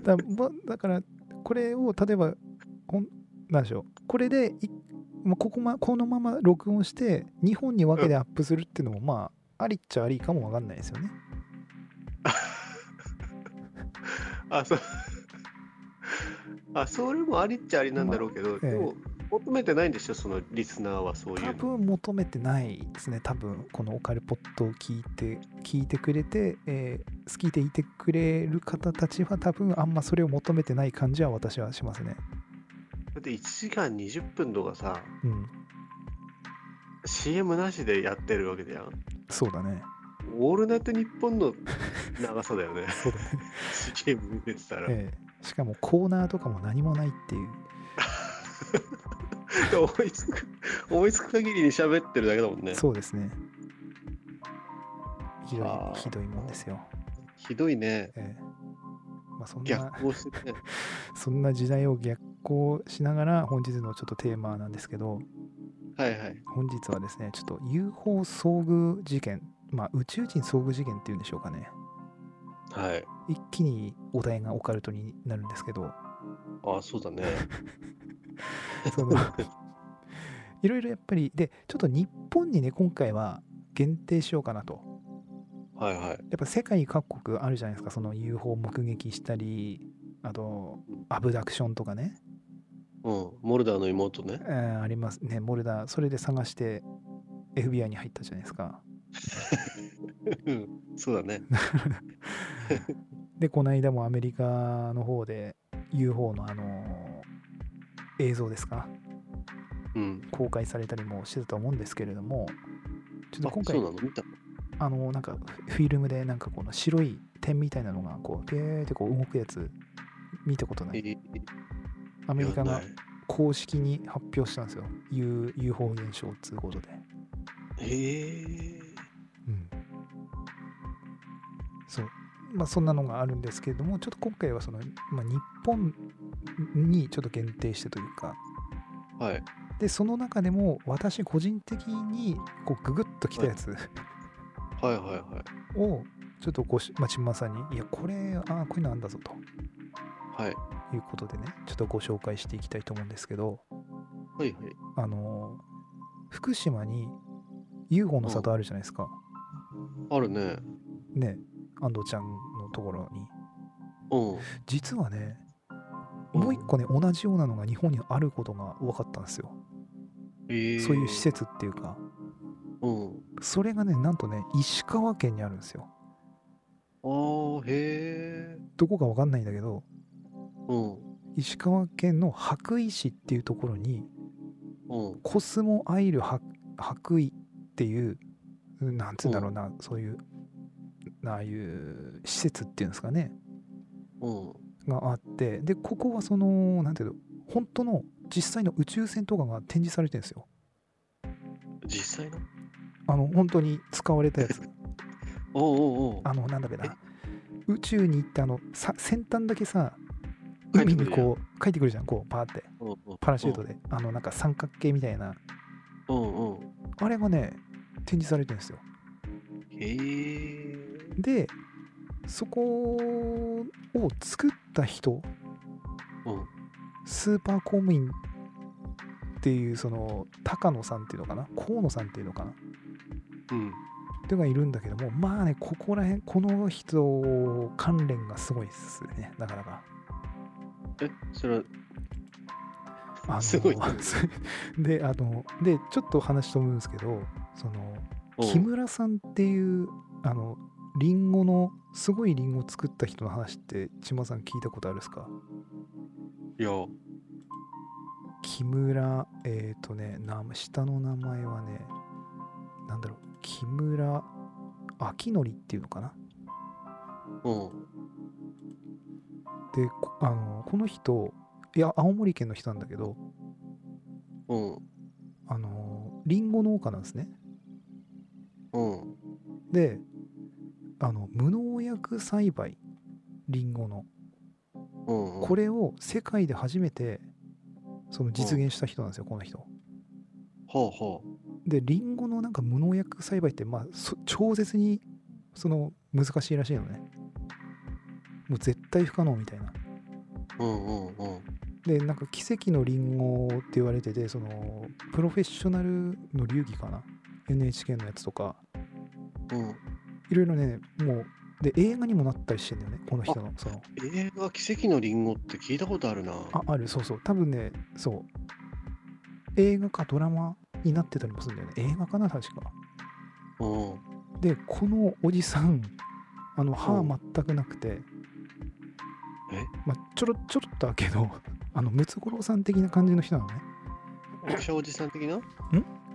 Speaker 2: う、
Speaker 1: だもうだからこれを例えばほんなんでしょうこれでいまあここ、ま、このまま録音して2本に分けてアップするっていうのもまあありっちゃありかもわかんないですよね
Speaker 2: あ、そう。 あ、それもありっちゃありなんだろうけど、
Speaker 1: ええ
Speaker 2: でも、求めてないんでしょ、そのリスナーはそういう
Speaker 1: 多
Speaker 2: の。
Speaker 1: 分求めてないですね多分このオカルポットを聞いて聞いてくれて、えー好きでいてくれる方たちは多分あんまそれを求めてない感じは私はしますね
Speaker 2: だって1時間20分とかさ、
Speaker 1: うん
Speaker 2: CM なしでやってるわけじゃん。
Speaker 1: そうだ ね
Speaker 2: オールナイトニッポンの長さ だよね。
Speaker 1: そうだね、
Speaker 2: CM 見てたら。
Speaker 1: ええしかもコーナーとかも何もないっていう
Speaker 2: 思いつく、思いつく限りに喋ってるだけだもんね。
Speaker 1: そうですねひど
Speaker 2: あー
Speaker 1: いひどいもんですよ、
Speaker 2: ひどいね。
Speaker 1: ええまあ、そん
Speaker 2: 逆
Speaker 1: な
Speaker 2: 行してね。
Speaker 1: そんな時代を逆行しながら本日のちょっとテーマなんですけど
Speaker 2: はいはい。
Speaker 1: 本日はですねちょっと UFO 遭遇事件まあ宇宙人遭遇事件っていうんでしょうかね
Speaker 2: はい。
Speaker 1: 一気にお題がオカルトにな るんですけど
Speaker 2: ああ、そうだね。
Speaker 1: その いろいろやっぱりでちょっと日本にね今回は限定しようかなと
Speaker 2: はいはい。
Speaker 1: やっぱ世界各国あるじゃないですかその UFO 目撃したりあとアブダクションとかね、
Speaker 2: うん。モルダーの妹ね
Speaker 1: え。ーありますねモルダーそれで探して FBI に入ったじゃないですか
Speaker 2: うんそうだね。
Speaker 1: でこの間もアメリカの方で UFO のあの映像ですか
Speaker 2: うん。
Speaker 1: 公開されたりもしてたと思うんですけれどもちょっと
Speaker 2: あ、
Speaker 1: 今
Speaker 2: そ
Speaker 1: 回
Speaker 2: うなの見た。
Speaker 1: あのなんかフフィルムでなんかこの白い点みたいなのがこうピューってこう動くやつ見たことな
Speaker 2: え
Speaker 1: い
Speaker 2: ー
Speaker 1: アメリカ
Speaker 2: いや
Speaker 1: が
Speaker 2: ない
Speaker 1: 公式に発表したんですよ U UFO 現象っつうことで、
Speaker 2: へえ。
Speaker 1: うん、そうまあそんなのがあるんですけれどもちょっと今回はその、まあ、日本にちょっと限定してというか
Speaker 2: はい。
Speaker 1: でその中でも私個人的にこうググッときたやつ
Speaker 2: はいはいは
Speaker 1: をちょっとごし、まあ、ちんまさんにいやこれああこういうのあんだぞと
Speaker 2: い。はい。
Speaker 1: いうことでねちょっとご紹介していきたいと思うんですけど
Speaker 2: はいはい。
Speaker 1: あのー福島に UFO の里あるじゃないですか、
Speaker 2: あるね。
Speaker 1: ね安藤ちゃんのところに
Speaker 2: うん。
Speaker 1: 実はね
Speaker 2: うん
Speaker 1: もう一個ね同じようなのが日本にあることが分かったんですよ、
Speaker 2: ええ。
Speaker 1: そういう施。設っていうか
Speaker 2: うん。
Speaker 1: それがねなんとね石川県にあるんですよ
Speaker 2: ああ、へえ。
Speaker 1: どこか分かんないんだけど
Speaker 2: うん。
Speaker 1: 石川県の白衣市っていうところに
Speaker 2: うん。
Speaker 1: コスモアイル白白衣っていううんなんつうんだろうな、そういうああいう施設っていうんですかね
Speaker 2: うん。
Speaker 1: があってでここはそのなんていうの本当の実際の宇宙船とかが展示されてるんですよ
Speaker 2: 実際の。
Speaker 1: あの本当に使われたやつ
Speaker 2: おうおうおう。
Speaker 1: あのなんだっけ
Speaker 2: え
Speaker 1: な宇宙に行ってあのさ先端だけさ
Speaker 2: 帰って
Speaker 1: 海に
Speaker 2: くるじゃん
Speaker 1: こう帰ってくるじゃんこうパーって
Speaker 2: うんうん
Speaker 1: パラシュートであのなんか三角形みたいな
Speaker 2: うんうん。
Speaker 1: あれがね展示されてるんですよ
Speaker 2: へえ。
Speaker 1: でそこを作った人
Speaker 2: うん。
Speaker 1: スーパー公務員っていうその高野さんっていうのかな河野さんっていうのかな
Speaker 2: うん。
Speaker 1: っていうのがいるんだけどもまあねここら辺この人関連がすごいですねなかなか。
Speaker 2: え、それは。
Speaker 1: あの
Speaker 2: すごい
Speaker 1: であのでちょっと話飛ぶんですけどその
Speaker 2: うん
Speaker 1: 木村さんっていうあのリンゴのすごいリンゴ作った人の話って千葉さん聞いたことあるですか
Speaker 2: いや。
Speaker 1: 木村えっ、とね名前下の名前はねなんだろう木村明則っていうのかな
Speaker 2: うん。
Speaker 1: でこあのこの人いや青森県の人なんだけど
Speaker 2: うん。
Speaker 1: あのリンゴ農家なんですね
Speaker 2: うん。
Speaker 1: であの無農薬栽培リンゴの
Speaker 2: うん。
Speaker 1: これを世界で初めてその実現した人なんですよこの人
Speaker 2: ほうほ
Speaker 1: でリンゴのなんか無農薬栽培ってまあそ超絶にその難しいらしいのねもう絶対不可能みたいな
Speaker 2: う。うんうんうん。
Speaker 1: でなんか奇跡のリンゴって言われててそのプロフェッショナルの流儀かな NHK のやつとか
Speaker 2: うん、
Speaker 1: いろいろねもうで映画にもなったりしてんだよねこの人のその
Speaker 2: 映画「奇跡のリンゴ」って聞いたことあるな。
Speaker 1: ああるそうそう多分ねそう映画かドラマになってたりもするんだよね映画かな確か
Speaker 2: うん、
Speaker 1: でこのおじさんあの歯全くなくて
Speaker 2: え
Speaker 1: まあ、ちょろちょろっとだけどあのムツゴロウさん的な感じの人なのね
Speaker 2: 役者おじさん的な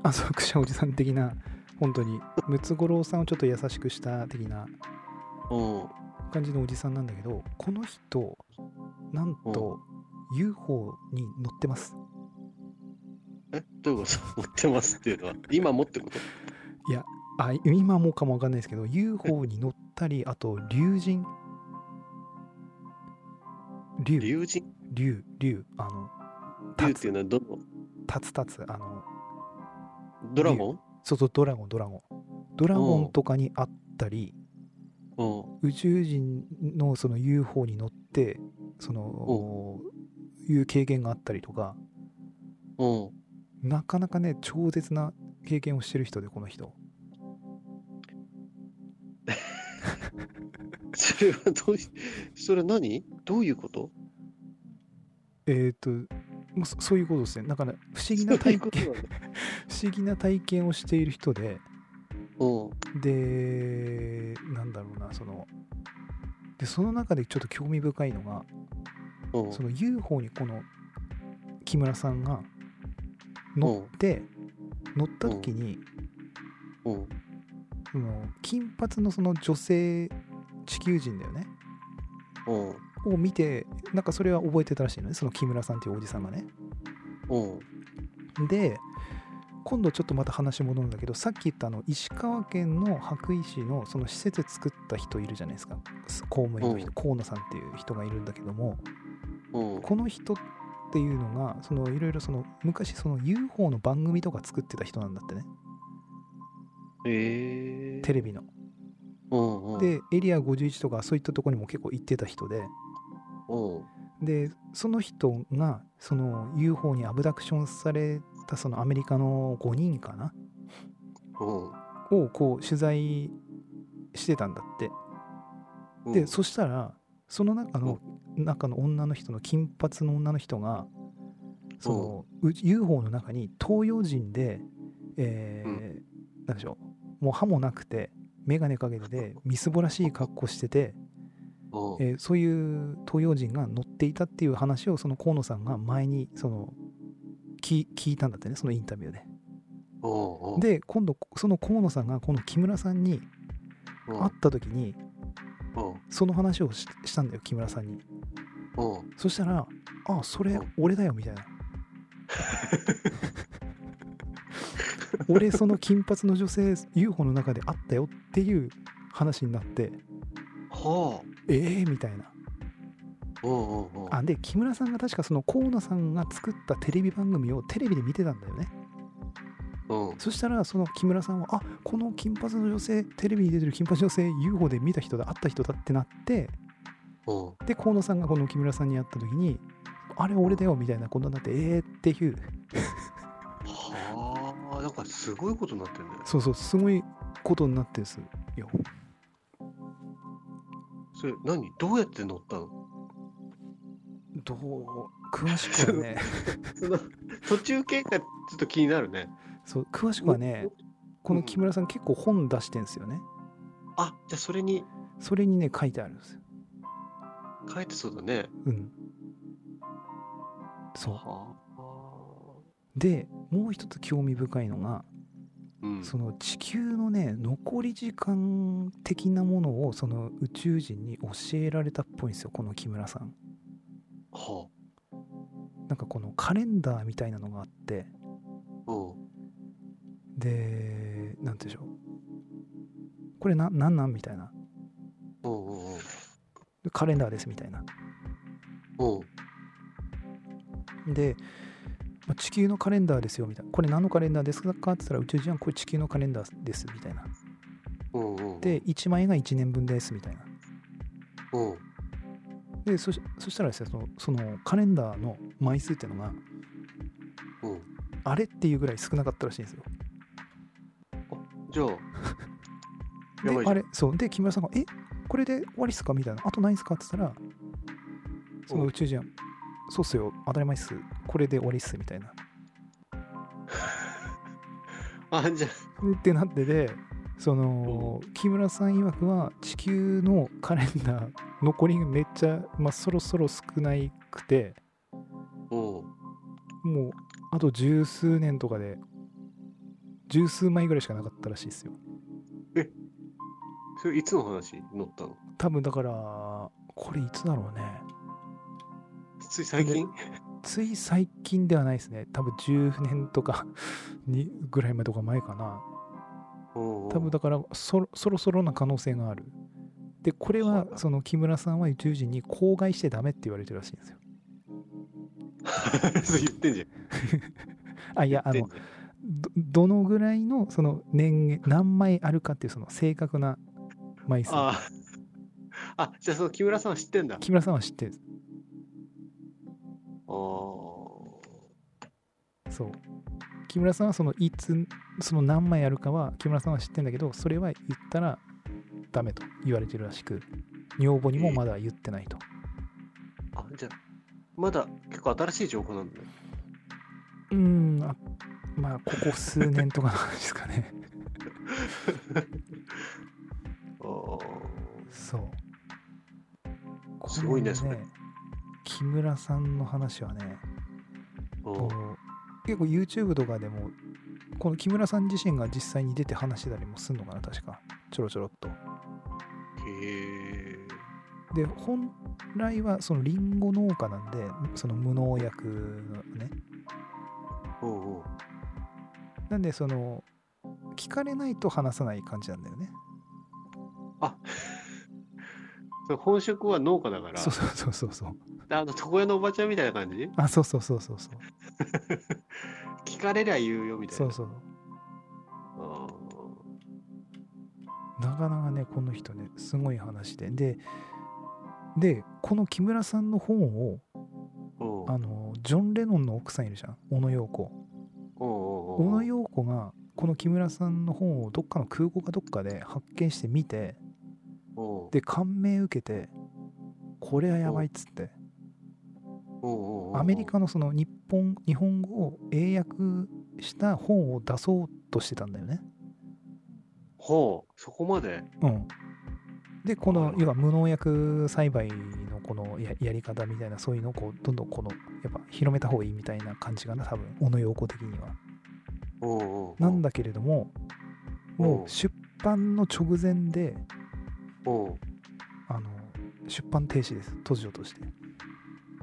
Speaker 1: あそうくしゃおじさん的な本当にムツゴロウさんをちょっと優しくした的な
Speaker 2: うん。
Speaker 1: 感じのおじさんなんだけどこの人なんと UFO に乗ってます
Speaker 2: えどういうこと持ってますってい うのは今もってこと
Speaker 1: あ今もかもわかんないですけど UFO に乗ったりあと竜神竜
Speaker 2: 竜神
Speaker 1: 竜竜あの
Speaker 2: 竜
Speaker 1: 竜
Speaker 2: っていうのはどの
Speaker 1: タツタツあの
Speaker 2: ドラゴン
Speaker 1: そうそうドラゴンドラゴンドラゴンとかにあったり
Speaker 2: うん
Speaker 1: 宇宙人のその UFO に乗ってそのいう経験があったりとか
Speaker 2: うん
Speaker 1: なかなかね超絶な経験をしてる人でこの人
Speaker 2: それはどうし、それは何どういうこと
Speaker 1: えっ、ともうそそういうことですねだから不思議な
Speaker 2: そう
Speaker 1: 体
Speaker 2: いうこ
Speaker 1: 験
Speaker 2: となんだ。
Speaker 1: 不思議な体験をしている人で
Speaker 2: うん。
Speaker 1: でなんだろうなそのでその中でちょっと興味深いのが
Speaker 2: うん。
Speaker 1: その UFO にこの木村さんが乗って乗った時に
Speaker 2: うん。
Speaker 1: その金髪のその女性地球人だよね
Speaker 2: うん。
Speaker 1: を見てなんかそれは覚えてたらしいのねその木村さんっていうおじさんがね
Speaker 2: うん。
Speaker 1: で今度ちょっとまた話戻るんだけどさっき言ったあの石川県の羽咋市のその施設作った人いるじゃないですか公務員の人、
Speaker 2: う
Speaker 1: 河野さんっていう人がいるんだけども
Speaker 2: うん。
Speaker 1: この人っていうのがそのいろいろその昔その UFO の番組とか作ってた人なんだってね
Speaker 2: ええ
Speaker 1: テレビの。
Speaker 2: うんうん。、
Speaker 1: でエリア51とかそういったとこにも結構行ってた人で
Speaker 2: うん。
Speaker 1: でその人がその UFO にアブダクションされたそのアメリカの5人かな
Speaker 2: うん
Speaker 1: をこう取材してたんだって。
Speaker 2: うん。
Speaker 1: でそしたらその中の中の女の人の金髪の女の人がそのう UFO の中に東洋人で、えー
Speaker 2: う
Speaker 1: なんでしょうもう歯もなくて眼鏡かけて てみすぼらしい格好してて、
Speaker 2: うん。
Speaker 1: えーそういう東洋人が乗っていたっていう話をその河野さんが前にその聞聞いたんだってねそのインタビューで。
Speaker 2: うんうん、
Speaker 1: で今度その河野さんがこの木村さんに
Speaker 2: うん、
Speaker 1: 会った時に
Speaker 2: うん
Speaker 1: その話をししたんだよ木村さんに。
Speaker 2: うん。
Speaker 1: そしたら「あそれ
Speaker 2: うん
Speaker 1: 俺だよ」みたいな。俺その金髪の女性 UFO の中で会ったよっていう話になって
Speaker 2: は
Speaker 1: ええー、みたいな
Speaker 2: あ。うんうんうん。
Speaker 1: あで木村さんが確かその河野さんが作ったテレビ番組をテレビで見てたんだよね
Speaker 2: うん。
Speaker 1: そしたらその木村さんはあこの金髪の女性テレビに出てる金髪の女性 UFO で見た人だ会った人だってなって
Speaker 2: うん。
Speaker 1: で河野さんがこの木村さんに会った時にあれ俺だよみたいなことになってええー、っていう
Speaker 2: はあ。なんかすごいことになってんだよ。
Speaker 1: そうそう、すごいことになってるんですよ。
Speaker 2: それ何どうやって乗った の
Speaker 1: どう詳しくはね、
Speaker 2: その途中経過ちょっと気になるね。
Speaker 1: そう詳しくはね、この木村さん結構本出してんですよね。
Speaker 2: あじゃあそれに
Speaker 1: それにね、書いてあるんですよ。
Speaker 2: 書いてそうだね。
Speaker 1: うん。そう。
Speaker 2: はあ。
Speaker 1: で、もう一つ興味深いのが、
Speaker 2: うん。
Speaker 1: その地球のね、残り時間的なものを、その宇宙人に教えられたっぽいんですよ、この木村さん。
Speaker 2: は
Speaker 1: なんかこのカレンダーみたいなのがあって、
Speaker 2: あ。うん。
Speaker 1: で、なんて言うんでしょう。これな、なんなんみたいな。
Speaker 2: うんうんうん。
Speaker 1: でカレンダーですみたいな。
Speaker 2: うん。
Speaker 1: で、まあ地球のカレンダーですよみたいな。これ何のカレンダーですかって言ったら宇宙人はこれ地球のカレンダーですみたいな。
Speaker 2: うんうん。
Speaker 1: で、、1枚が1年分ですみたいな。
Speaker 2: うん。
Speaker 1: で、そしそしたらですねその、そのカレンダーの枚数っていうのが、
Speaker 2: うん。
Speaker 1: あれっていうぐらい少なかったらしいんですよ。
Speaker 2: じゃあ。や
Speaker 1: で、
Speaker 2: ばいじゃ
Speaker 1: あ
Speaker 2: ん
Speaker 1: れ、そう。で、木村さんが、えこれで終わりっすかみたいな。あとないんすかって言ったら、その宇宙人は、そうっすよ、当たり前っす。これで終わりっすみたいな。
Speaker 2: あじゃあ。
Speaker 1: ってなってでその木村さん曰くは地球のカレンダー残りがめっちゃ、まあ、そろそろ少ないくて
Speaker 2: うん。
Speaker 1: もうあと十数年とかで十数枚ぐらいしかなかったらしいですよ
Speaker 2: それいつの話乗ったの
Speaker 1: 多分だからこれいつだろうね
Speaker 2: つい最近
Speaker 1: つい最近ではないですね多分10年とか にぐらいまでとか前かな
Speaker 2: うんうん。
Speaker 1: 多分だからそろそろそろな可能性があるでこれはその木村さんは宇宙人に口外してダメって言われてるらしいんですよ
Speaker 2: そう言ってんじゃん。
Speaker 1: あいやあ
Speaker 2: 言
Speaker 1: の
Speaker 2: ってんじゃん
Speaker 1: どどのぐらいのその年月何枚あるかっていうその正確な枚数
Speaker 2: ああ。あ、じゃあその木村さんは知ってんだ。あ
Speaker 1: 木村さんは知ってる
Speaker 2: あ。
Speaker 1: そう木村さんはそのいつその何枚やるかは木村さんは知ってんだけどそれは言ったらダメと言われてるらしく女房にもまだ言ってないと、
Speaker 2: あ、じゃあ、まだ結構新しい情報なんだね。
Speaker 1: うーんあまあここ数年とかの話ですか ね
Speaker 2: あー
Speaker 1: そうこの
Speaker 2: すごいねそれ
Speaker 1: 木村さんの話はね
Speaker 2: うん
Speaker 1: この結構 YouTube とかでもこの木村さん自身が実際に出て話してたりもするのかな確かちょろちょろっと
Speaker 2: へ
Speaker 1: で本来はそのリンゴ農家なんでその無農薬のね
Speaker 2: ーうんうん
Speaker 1: なんでその聞かれないと話さない感じなんだよね
Speaker 2: それ本職は農家だから
Speaker 1: そうそうそうそうそう
Speaker 2: あの床屋のおばちゃんみたいな感じ
Speaker 1: あそうそうそうそうそう
Speaker 2: 聞かれりゃ言うよみたいな
Speaker 1: そうそう
Speaker 2: あ
Speaker 1: なかなかねこの人ねすごい話でででこの木村さんの本を
Speaker 2: ーうん
Speaker 1: あのジョン・レノンの奥さんいるじゃん小野陽子
Speaker 2: お
Speaker 1: 小野陽子がこの木村さんの本をどっかの空港かどっかで発見して見て
Speaker 2: お
Speaker 1: で感銘受けてこれはやばいっつってアメリカのその日本日本語を英訳した本を出そうとしてたんだよね。
Speaker 2: ほうそこまで
Speaker 1: うん、でこ
Speaker 2: は
Speaker 1: の
Speaker 2: いはい
Speaker 1: 要は無農薬栽培のこのややり方みたいなそういうのをこうどんどんこのやっぱ広めた方がいいみたいな感じかな多分小野洋子的には。
Speaker 2: おうおう
Speaker 1: なんだけれどもも
Speaker 2: うん
Speaker 1: う出版の直前で
Speaker 2: おう
Speaker 1: あの出版停止です突如として。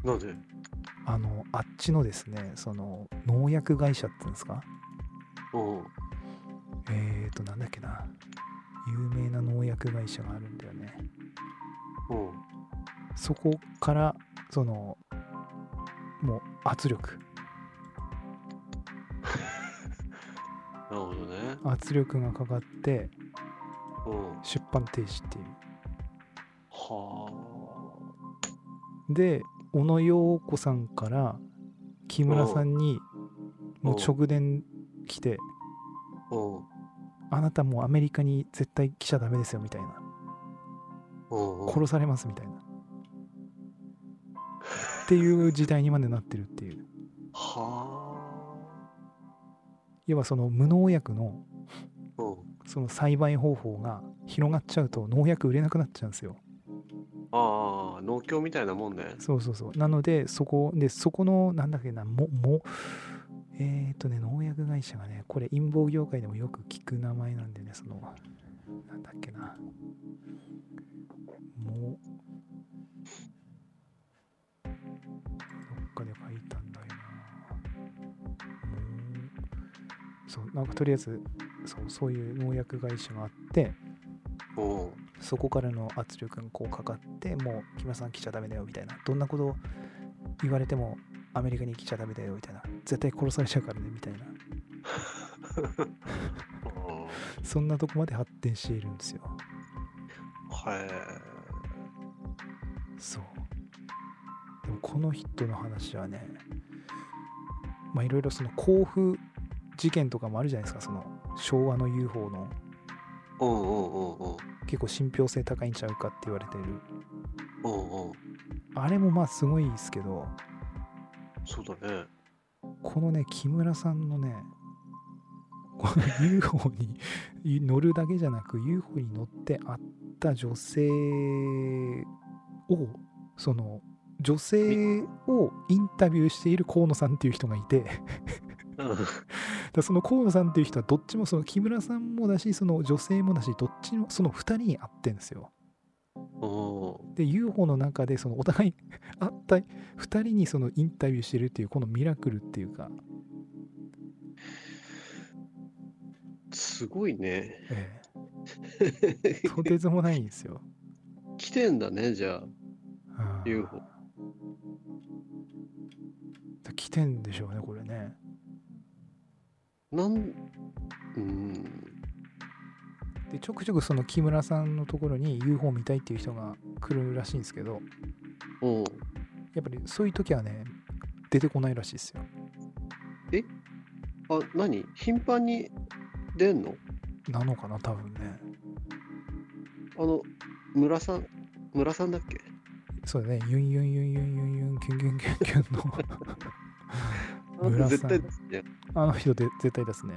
Speaker 2: なんで
Speaker 1: あのあっちのですねその農薬会社っていうんですか
Speaker 2: おう
Speaker 1: えーと、なんだっけな。有名な農薬会社があるんだよね。
Speaker 2: おう
Speaker 1: そこから、その、もう圧力。
Speaker 2: なるほどね
Speaker 1: 圧力がかかって、
Speaker 2: うん
Speaker 1: 出版停止っていう。
Speaker 2: は
Speaker 1: で、小野洋子さんから、木村さんに、
Speaker 2: うん
Speaker 1: もう直伝来て、
Speaker 2: あうん
Speaker 1: あなたもうアメリカに絶対来ちゃダメですよみたいな。
Speaker 2: うん
Speaker 1: 殺されますみたいな。っていう時代にまでなってるっていう。
Speaker 2: は
Speaker 1: 要はその無農薬の
Speaker 2: あうん
Speaker 1: その栽培方法が広がっちゃうと農薬売れなくなっちゃうんですよ。
Speaker 2: ああ農協みたいなもんね
Speaker 1: そうそうそう。なのでそこでそこのなんだっけなももえっ、とね農薬会社がねこれ陰謀業界でもよく聞く名前なんでねそのなんだっけなもうどっかで書いたんだよな。もうそうなんかとりあえずそうそういう農薬会社があって。
Speaker 2: うん
Speaker 1: そこからの圧力がこうかかってもう木村さん来ちゃダメだよみたいなどんなことを言われてもアメリカに来ちゃダメだよみたいな絶対殺されちゃうからねみたいな
Speaker 2: うん
Speaker 1: そんなとこまで発展しているんですよ
Speaker 2: はい
Speaker 1: そうでもこの人の話はねまあいろいろその甲府事件とかもあるじゃないですかその昭和の UFO の
Speaker 2: うんうんうんうん
Speaker 1: 結構信憑性高いんちゃうかって言われている
Speaker 2: うんうん
Speaker 1: あれもまあすごいですけど
Speaker 2: そうだね
Speaker 1: このね木村さんのねこの UFO にい乗るだけじゃなく UFO に乗って会った女性をその女性をインタビューしている河野さんっていう人がいてだか
Speaker 2: うん
Speaker 1: らその河野さんっていう人はどっちもその木村さんもだしその女性もだしどっちもその2人に会ってんですよ。
Speaker 2: うん
Speaker 1: で UFO の中でそのお互い会った2人にそのインタビューしてるっていうこのミラクルっていうか、
Speaker 2: すごいね。
Speaker 1: ええとてつもないんですよ。
Speaker 2: 来てんだね、じゃあ、
Speaker 1: あー
Speaker 2: UFO。
Speaker 1: 来てんでしょうねこれね
Speaker 2: なん、うん、
Speaker 1: でちょくちょくその木村さんのところに UFO 見たいっていう人が来るらしいんですけど
Speaker 2: うん。
Speaker 1: やっぱりそういう時はね出てこないらしいですよ
Speaker 2: えあ、何頻繁に出んの
Speaker 1: なのかな多分ね
Speaker 2: あの、村さん、村さんだっけ
Speaker 1: そうだねユンユンユンユンユンユンキュンキュンキュンキ ュンの
Speaker 2: あ
Speaker 1: 村
Speaker 2: の
Speaker 1: さん
Speaker 2: 人絶対出すじゃん。
Speaker 1: あの人で絶対ですね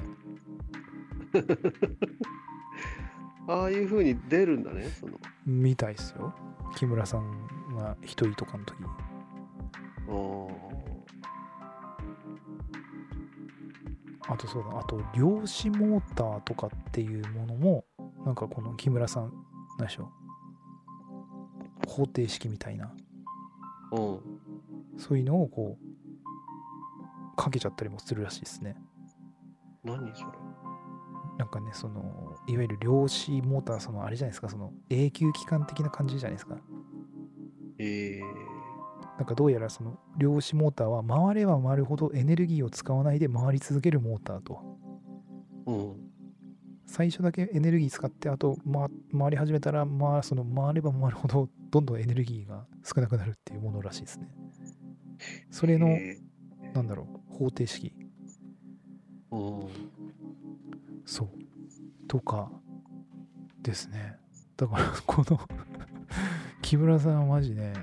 Speaker 2: ああいう風に出るんだね、その。
Speaker 1: みたいっすよ木村さんが一人とかの時に
Speaker 2: あ
Speaker 1: あとそうだあと量子モーターとかっていうものもなんかこの木村さん何でしょう方程式みたいな
Speaker 2: あ、うん。
Speaker 1: そういうのをこうかけちゃったりもするらしいですね
Speaker 2: 何それ。
Speaker 1: なんかねそのいわゆる量子モーターそのあれじゃないですかその永久期間的な感じじゃないですか
Speaker 2: ええ
Speaker 1: なんかどうやらその量子モーターは回れば回るほどエネルギーを使わないで回り続けるモーターと
Speaker 2: うん。
Speaker 1: 最初だけエネルギー使ってあと、ま、回り始めたら、まあ、その回れば回るほどどんどんエネルギーが少なくなるっていうものらしいですね。それの、
Speaker 2: え
Speaker 1: なんだろう方程式
Speaker 2: ーうん。
Speaker 1: そうとかですね。だからこの木村さんはマジね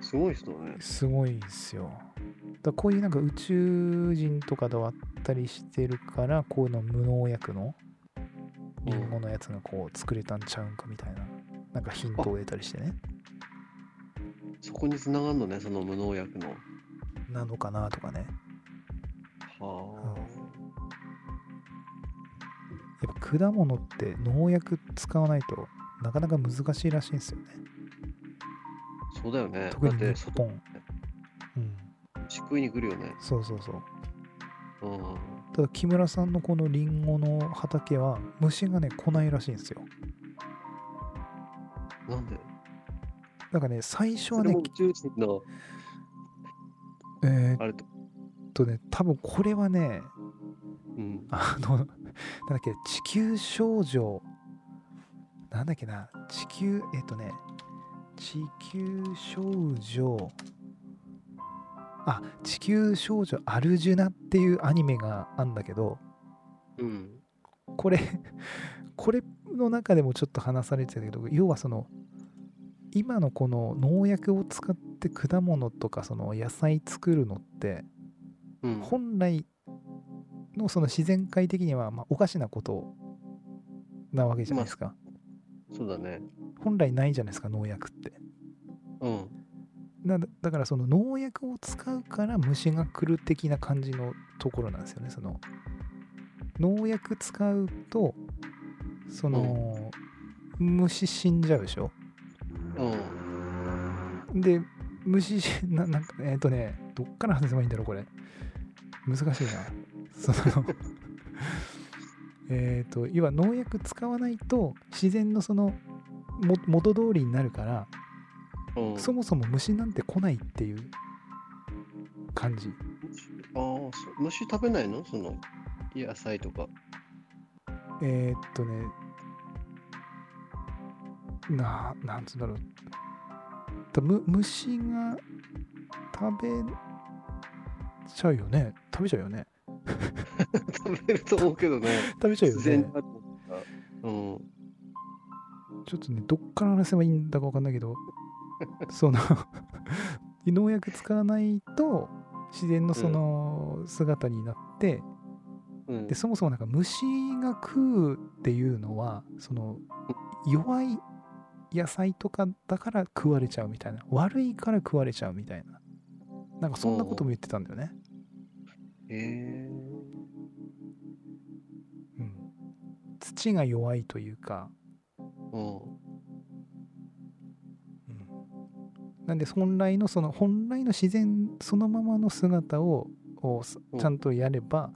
Speaker 2: すごい人だね。
Speaker 1: すごいんですよ。だからこういうなんか宇宙人とかで割ったりしてるからこういうの無農薬のリンゴのやつがこう作れたんちゃうんかみたいななんかヒントを得たりしてね
Speaker 2: そこに繋がるのね、その無農薬の。は
Speaker 1: なのかなとかね
Speaker 2: あ。
Speaker 1: やっぱ果物って農薬使わないとなかなか難しいらしいんですよね
Speaker 2: そうだよね。
Speaker 1: 特
Speaker 2: だっ
Speaker 1: に
Speaker 2: て、
Speaker 1: 日
Speaker 2: 外
Speaker 1: 本うん
Speaker 2: し食いに来るよね。
Speaker 1: そうそうそう
Speaker 2: うん。
Speaker 1: ただ木村さんのこのリンゴの畑は虫がね来ないらしいんですよ
Speaker 2: なんで
Speaker 1: なんかね最初は
Speaker 2: それ
Speaker 1: ね
Speaker 2: も宇宙人の、
Speaker 1: えーっ
Speaker 2: あれと。
Speaker 1: とね多分これはね
Speaker 2: うん。
Speaker 1: あの、なんだっけ、地球少女、なんだっけな、地球、えっとね、地球少女、あ、地球少女アルジュナっていうアニメがあんだけど、
Speaker 2: うん。
Speaker 1: これ、これの中でもちょっと話されてたけど、要はその、今のこの農薬を使って果物とかその野菜作るのって、
Speaker 2: うん。
Speaker 1: 本来のその自然界的にはまあおかしなことなわけじゃないですか、
Speaker 2: そうだね。
Speaker 1: 本来ないじゃないですか農薬って
Speaker 2: うん。
Speaker 1: なだからその農薬を使うから虫が来る的な感じのところなんですよねその農薬使うとその、虫死んじゃうでしょ
Speaker 2: うん。
Speaker 1: で虫死ななんかえっ、とねどっから話せばいいんだろうこれ難しいなその えっと要は農薬使わないと自然のそのも元通りになるから、
Speaker 2: うん。
Speaker 1: そもそも虫なんて来ないっていう感じ
Speaker 2: ああ、そう虫食べないのその野菜とか。
Speaker 1: えーっとねななんつうんだろう多分む虫が食べちゃうよね食べちゃうよね
Speaker 2: 食べると思うけどね。
Speaker 1: 食べちゃうよ
Speaker 2: 自然
Speaker 1: ね
Speaker 2: にあるもんだからうん。
Speaker 1: ちょっとねどっから話せばいいんだか分かんないけ どその農薬使わないと自然のその姿になって、
Speaker 2: うん
Speaker 1: でそもそもなんか虫が食うっていうのはその弱い野菜とかだから食われちゃうみたいな悪いから食われちゃうみたいななんかそんなことも言ってたんだよね、
Speaker 2: へえ
Speaker 1: うん、土が弱いというか、
Speaker 2: うん。
Speaker 1: うん、なんで本来のその本来の自然そのままの姿ををす
Speaker 2: うん
Speaker 1: ちゃんとやれば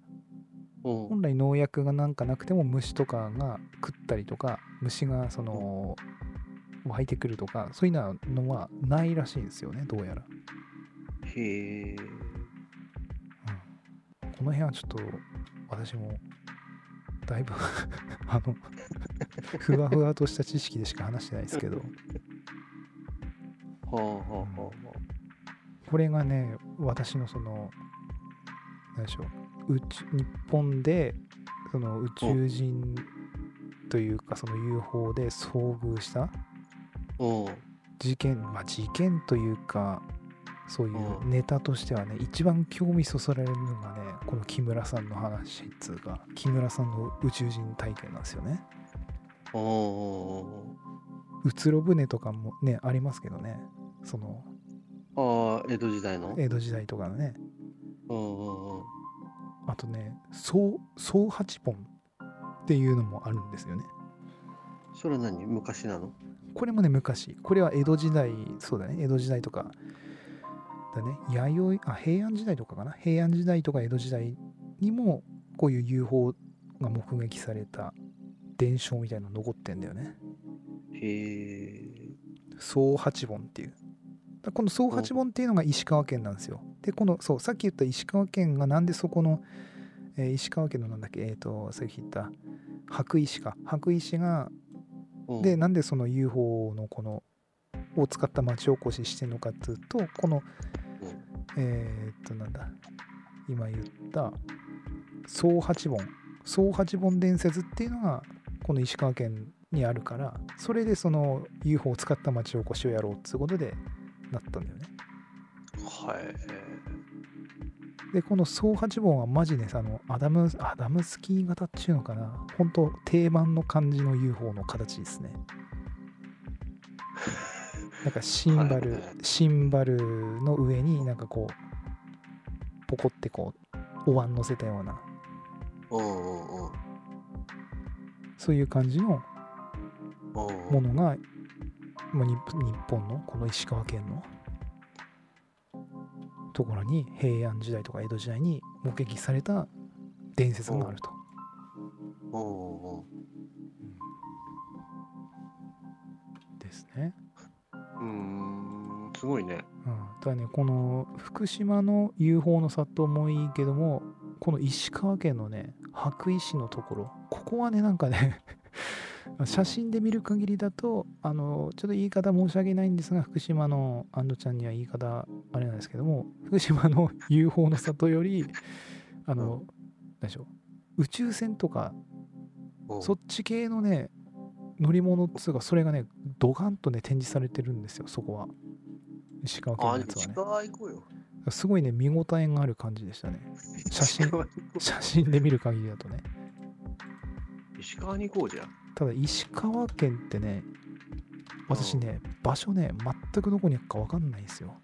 Speaker 2: うん。
Speaker 1: 本来農薬がなんかなくても虫とかが食ったりとか虫がその湧いてくるとかそういうのはのはないらしいんですよねどうやら、
Speaker 2: へえ。
Speaker 1: うんこの辺はちょっと私もだいぶあのふわふわとした知識でしか話してないですけど
Speaker 2: はあはあはあは
Speaker 1: これがね私のその何でしょう宇宙日本でその宇宙人というかその UFO で遭遇した
Speaker 2: うん。
Speaker 1: 事件まあ事件というかそういううんネタとしてはね一番興味そそられるのがねこの木村さんの話っつうか木村さんの宇宙人体験なんですよね
Speaker 2: うんうんうん
Speaker 1: うつろ船とかもねありますけどねその
Speaker 2: ああ、江戸時代の。
Speaker 1: 江戸時代とかのね
Speaker 2: うんうんうん。
Speaker 1: あとね総総八本っていうのもあるんですよね
Speaker 2: それは何昔なの
Speaker 1: これもね昔これは江戸時代そうだね江戸時代とかだね弥生あ平安時代とかかな平安時代とか江戸時代にもこういう UFO が目撃された伝承みたいなの残ってんだよね
Speaker 2: へえ。
Speaker 1: 総八本っていうだこの総八本っていうのが石川県なんですよでこのそうさっき言った石川県がなんでそこの、えー石川県のなんだっけえっ、とさっき言った白石か白石が
Speaker 2: うん
Speaker 1: で、なんでその UFO のこのを使った町おこししてるのかっていうとこのえーっとなんだ今言った総八本総八本伝説っていうのがこの石川県にあるからそれでその UFO を使った町おこしをやろうっていうことでなったんだよね
Speaker 2: はい。
Speaker 1: でこの総八本はマジねあのアダムアダムスキー型っていうのかな本当定番の感じの UFO の形ですねなんかシンバル、
Speaker 2: はい
Speaker 1: シンバルの上になんかこうポコってこうお椀乗せたような
Speaker 2: うんうんうん。
Speaker 1: そういう感じの
Speaker 2: うんう
Speaker 1: も
Speaker 2: ん
Speaker 1: のが、まあ、日日本のこの石川県のところに平安時代とか江戸時代に目撃された伝説があると。
Speaker 2: うんうん
Speaker 1: ですね。
Speaker 2: うーんすごいね。
Speaker 1: うん、だからねこの福島の UFO の里もいいけどもこの石川県のね白石のところここはねなんかね 写真で見る限りだとあのちょっと言い方申し訳ないんですが福島の安藤ちゃんには言い方あれなんですけども福島の UFO の里よ りあの、
Speaker 2: う
Speaker 1: 何でしょう宇宙船とか
Speaker 2: うん
Speaker 1: そっち系のね乗り物っつうかそれがねドカンとね展示されてるんですよそこは石川県の
Speaker 2: あ
Speaker 1: やつは
Speaker 2: 石
Speaker 1: ね
Speaker 2: 川行こうよ。
Speaker 1: すごいね見応えがある感じでしたね写真
Speaker 2: 石川行こ
Speaker 1: 写真で見る限りだとね
Speaker 2: う石川に行こうじゃん。
Speaker 1: ただ石川県ってね私ね場所ね全くどこにあるか分かんないんですよ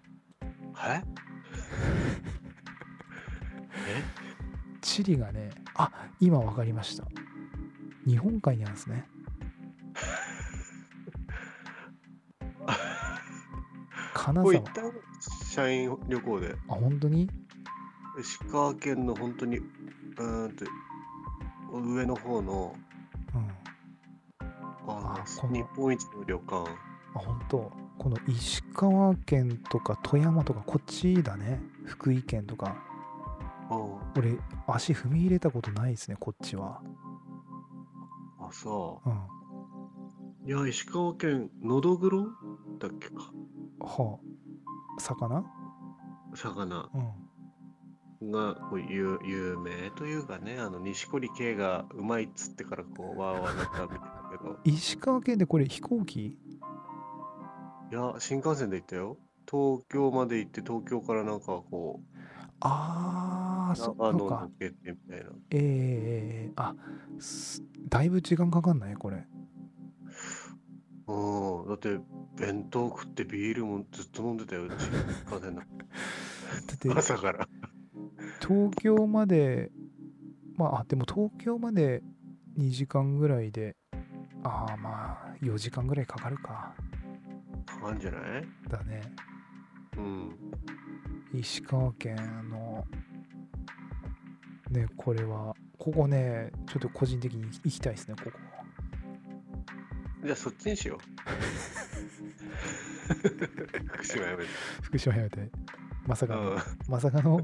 Speaker 2: え
Speaker 1: 地理がねあ今分かりました日本海にあるんです ね
Speaker 2: え
Speaker 1: 金
Speaker 2: これ
Speaker 1: 沢
Speaker 2: 一旦社員旅行で
Speaker 1: あ本当に
Speaker 2: 石川県の本当にうーんと上の方の
Speaker 1: うん
Speaker 2: あ
Speaker 1: あこ
Speaker 2: の
Speaker 1: の
Speaker 2: 日本一の旅館
Speaker 1: あ本当この石川県とか富山とかこっちだね福井県とか
Speaker 2: うん
Speaker 1: 俺足踏み入れたことないですねこっちは
Speaker 2: あそ
Speaker 1: うん
Speaker 2: ういや石川県のどぐろだっけか
Speaker 1: はあ魚
Speaker 2: 魚
Speaker 1: うん
Speaker 2: がこう有有名というかねあの錦織圭がうまいっつってからこうわーわーなったみたいだけど
Speaker 1: 石川県でこれ飛行機
Speaker 2: いや、新幹線で行ったよ。東京まで行って、東京からなんかこう、
Speaker 1: ああそ
Speaker 2: 長野
Speaker 1: うか
Speaker 2: 抜けてみたい
Speaker 1: え
Speaker 2: な。
Speaker 1: ーえーえーあすだいぶ時間かかんないこれ
Speaker 2: うん、だって、弁当食ってビールもずっと飲んでたよ、新幹線
Speaker 1: だ
Speaker 2: の
Speaker 1: って
Speaker 2: 朝から。
Speaker 1: 東京までまああでも東京まで2時間ぐらいでああまあ4時間ぐらいかかるか
Speaker 2: かかんじゃない
Speaker 1: だね
Speaker 2: うん。
Speaker 1: 石川県のねこれはここねちょっと個人的に行きたいですねここ
Speaker 2: じゃあ、そっちにし よう。福島やめて。
Speaker 1: 福島やめてまさ
Speaker 2: う
Speaker 1: かの
Speaker 2: ん。
Speaker 1: まさかの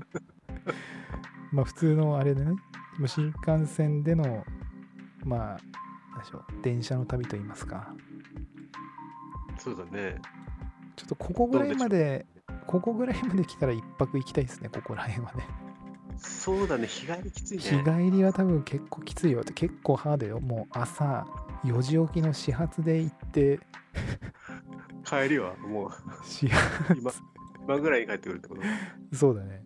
Speaker 1: まあ普通のあれでねまあ新幹線でのまあ何でしょう電車の旅といいますか
Speaker 2: そうだね。
Speaker 1: ちょっとここぐらいまでここぐらいまで来たら一泊行きたいですねここら辺はね
Speaker 2: そうだね、日帰りきつい
Speaker 1: 日
Speaker 2: ね。
Speaker 1: 帰りは多分結構きついよって結構ハードよもう朝4時起きの始発で行 って
Speaker 2: 帰りはもう
Speaker 1: 始発
Speaker 2: 今今ぐらいに帰ってくるってこと
Speaker 1: そうだね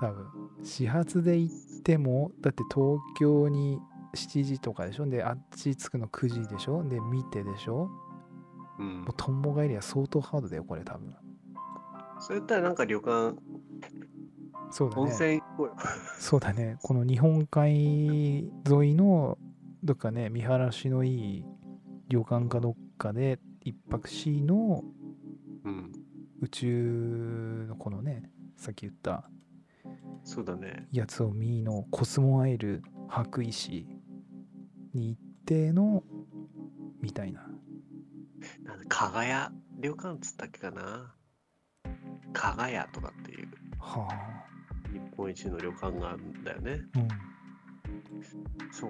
Speaker 1: 多分始発で行ってもだって東京に7時とかでしょであっち着くの9時でしょで見てでしょ
Speaker 2: うん
Speaker 1: もう。とんぼ返りは相当ハードだよこれ多分
Speaker 2: それやったらなんか旅館、
Speaker 1: そうだ
Speaker 2: 温
Speaker 1: ね
Speaker 2: 泉行こうよ。
Speaker 1: そうだねこの日本海沿いのどっかね見晴らしのいい旅館かどっかで一泊しの
Speaker 2: うん。
Speaker 1: 宇宙のこのねさっき言った
Speaker 2: そうだね。
Speaker 1: やつを見ーのコスモアイル白石に行ってのみたいな
Speaker 2: なんだ加賀屋旅館っつったっけかな。加賀屋とかっていう
Speaker 1: は
Speaker 2: 日本一の旅館があるんだよね。
Speaker 1: あ、うん、
Speaker 2: そ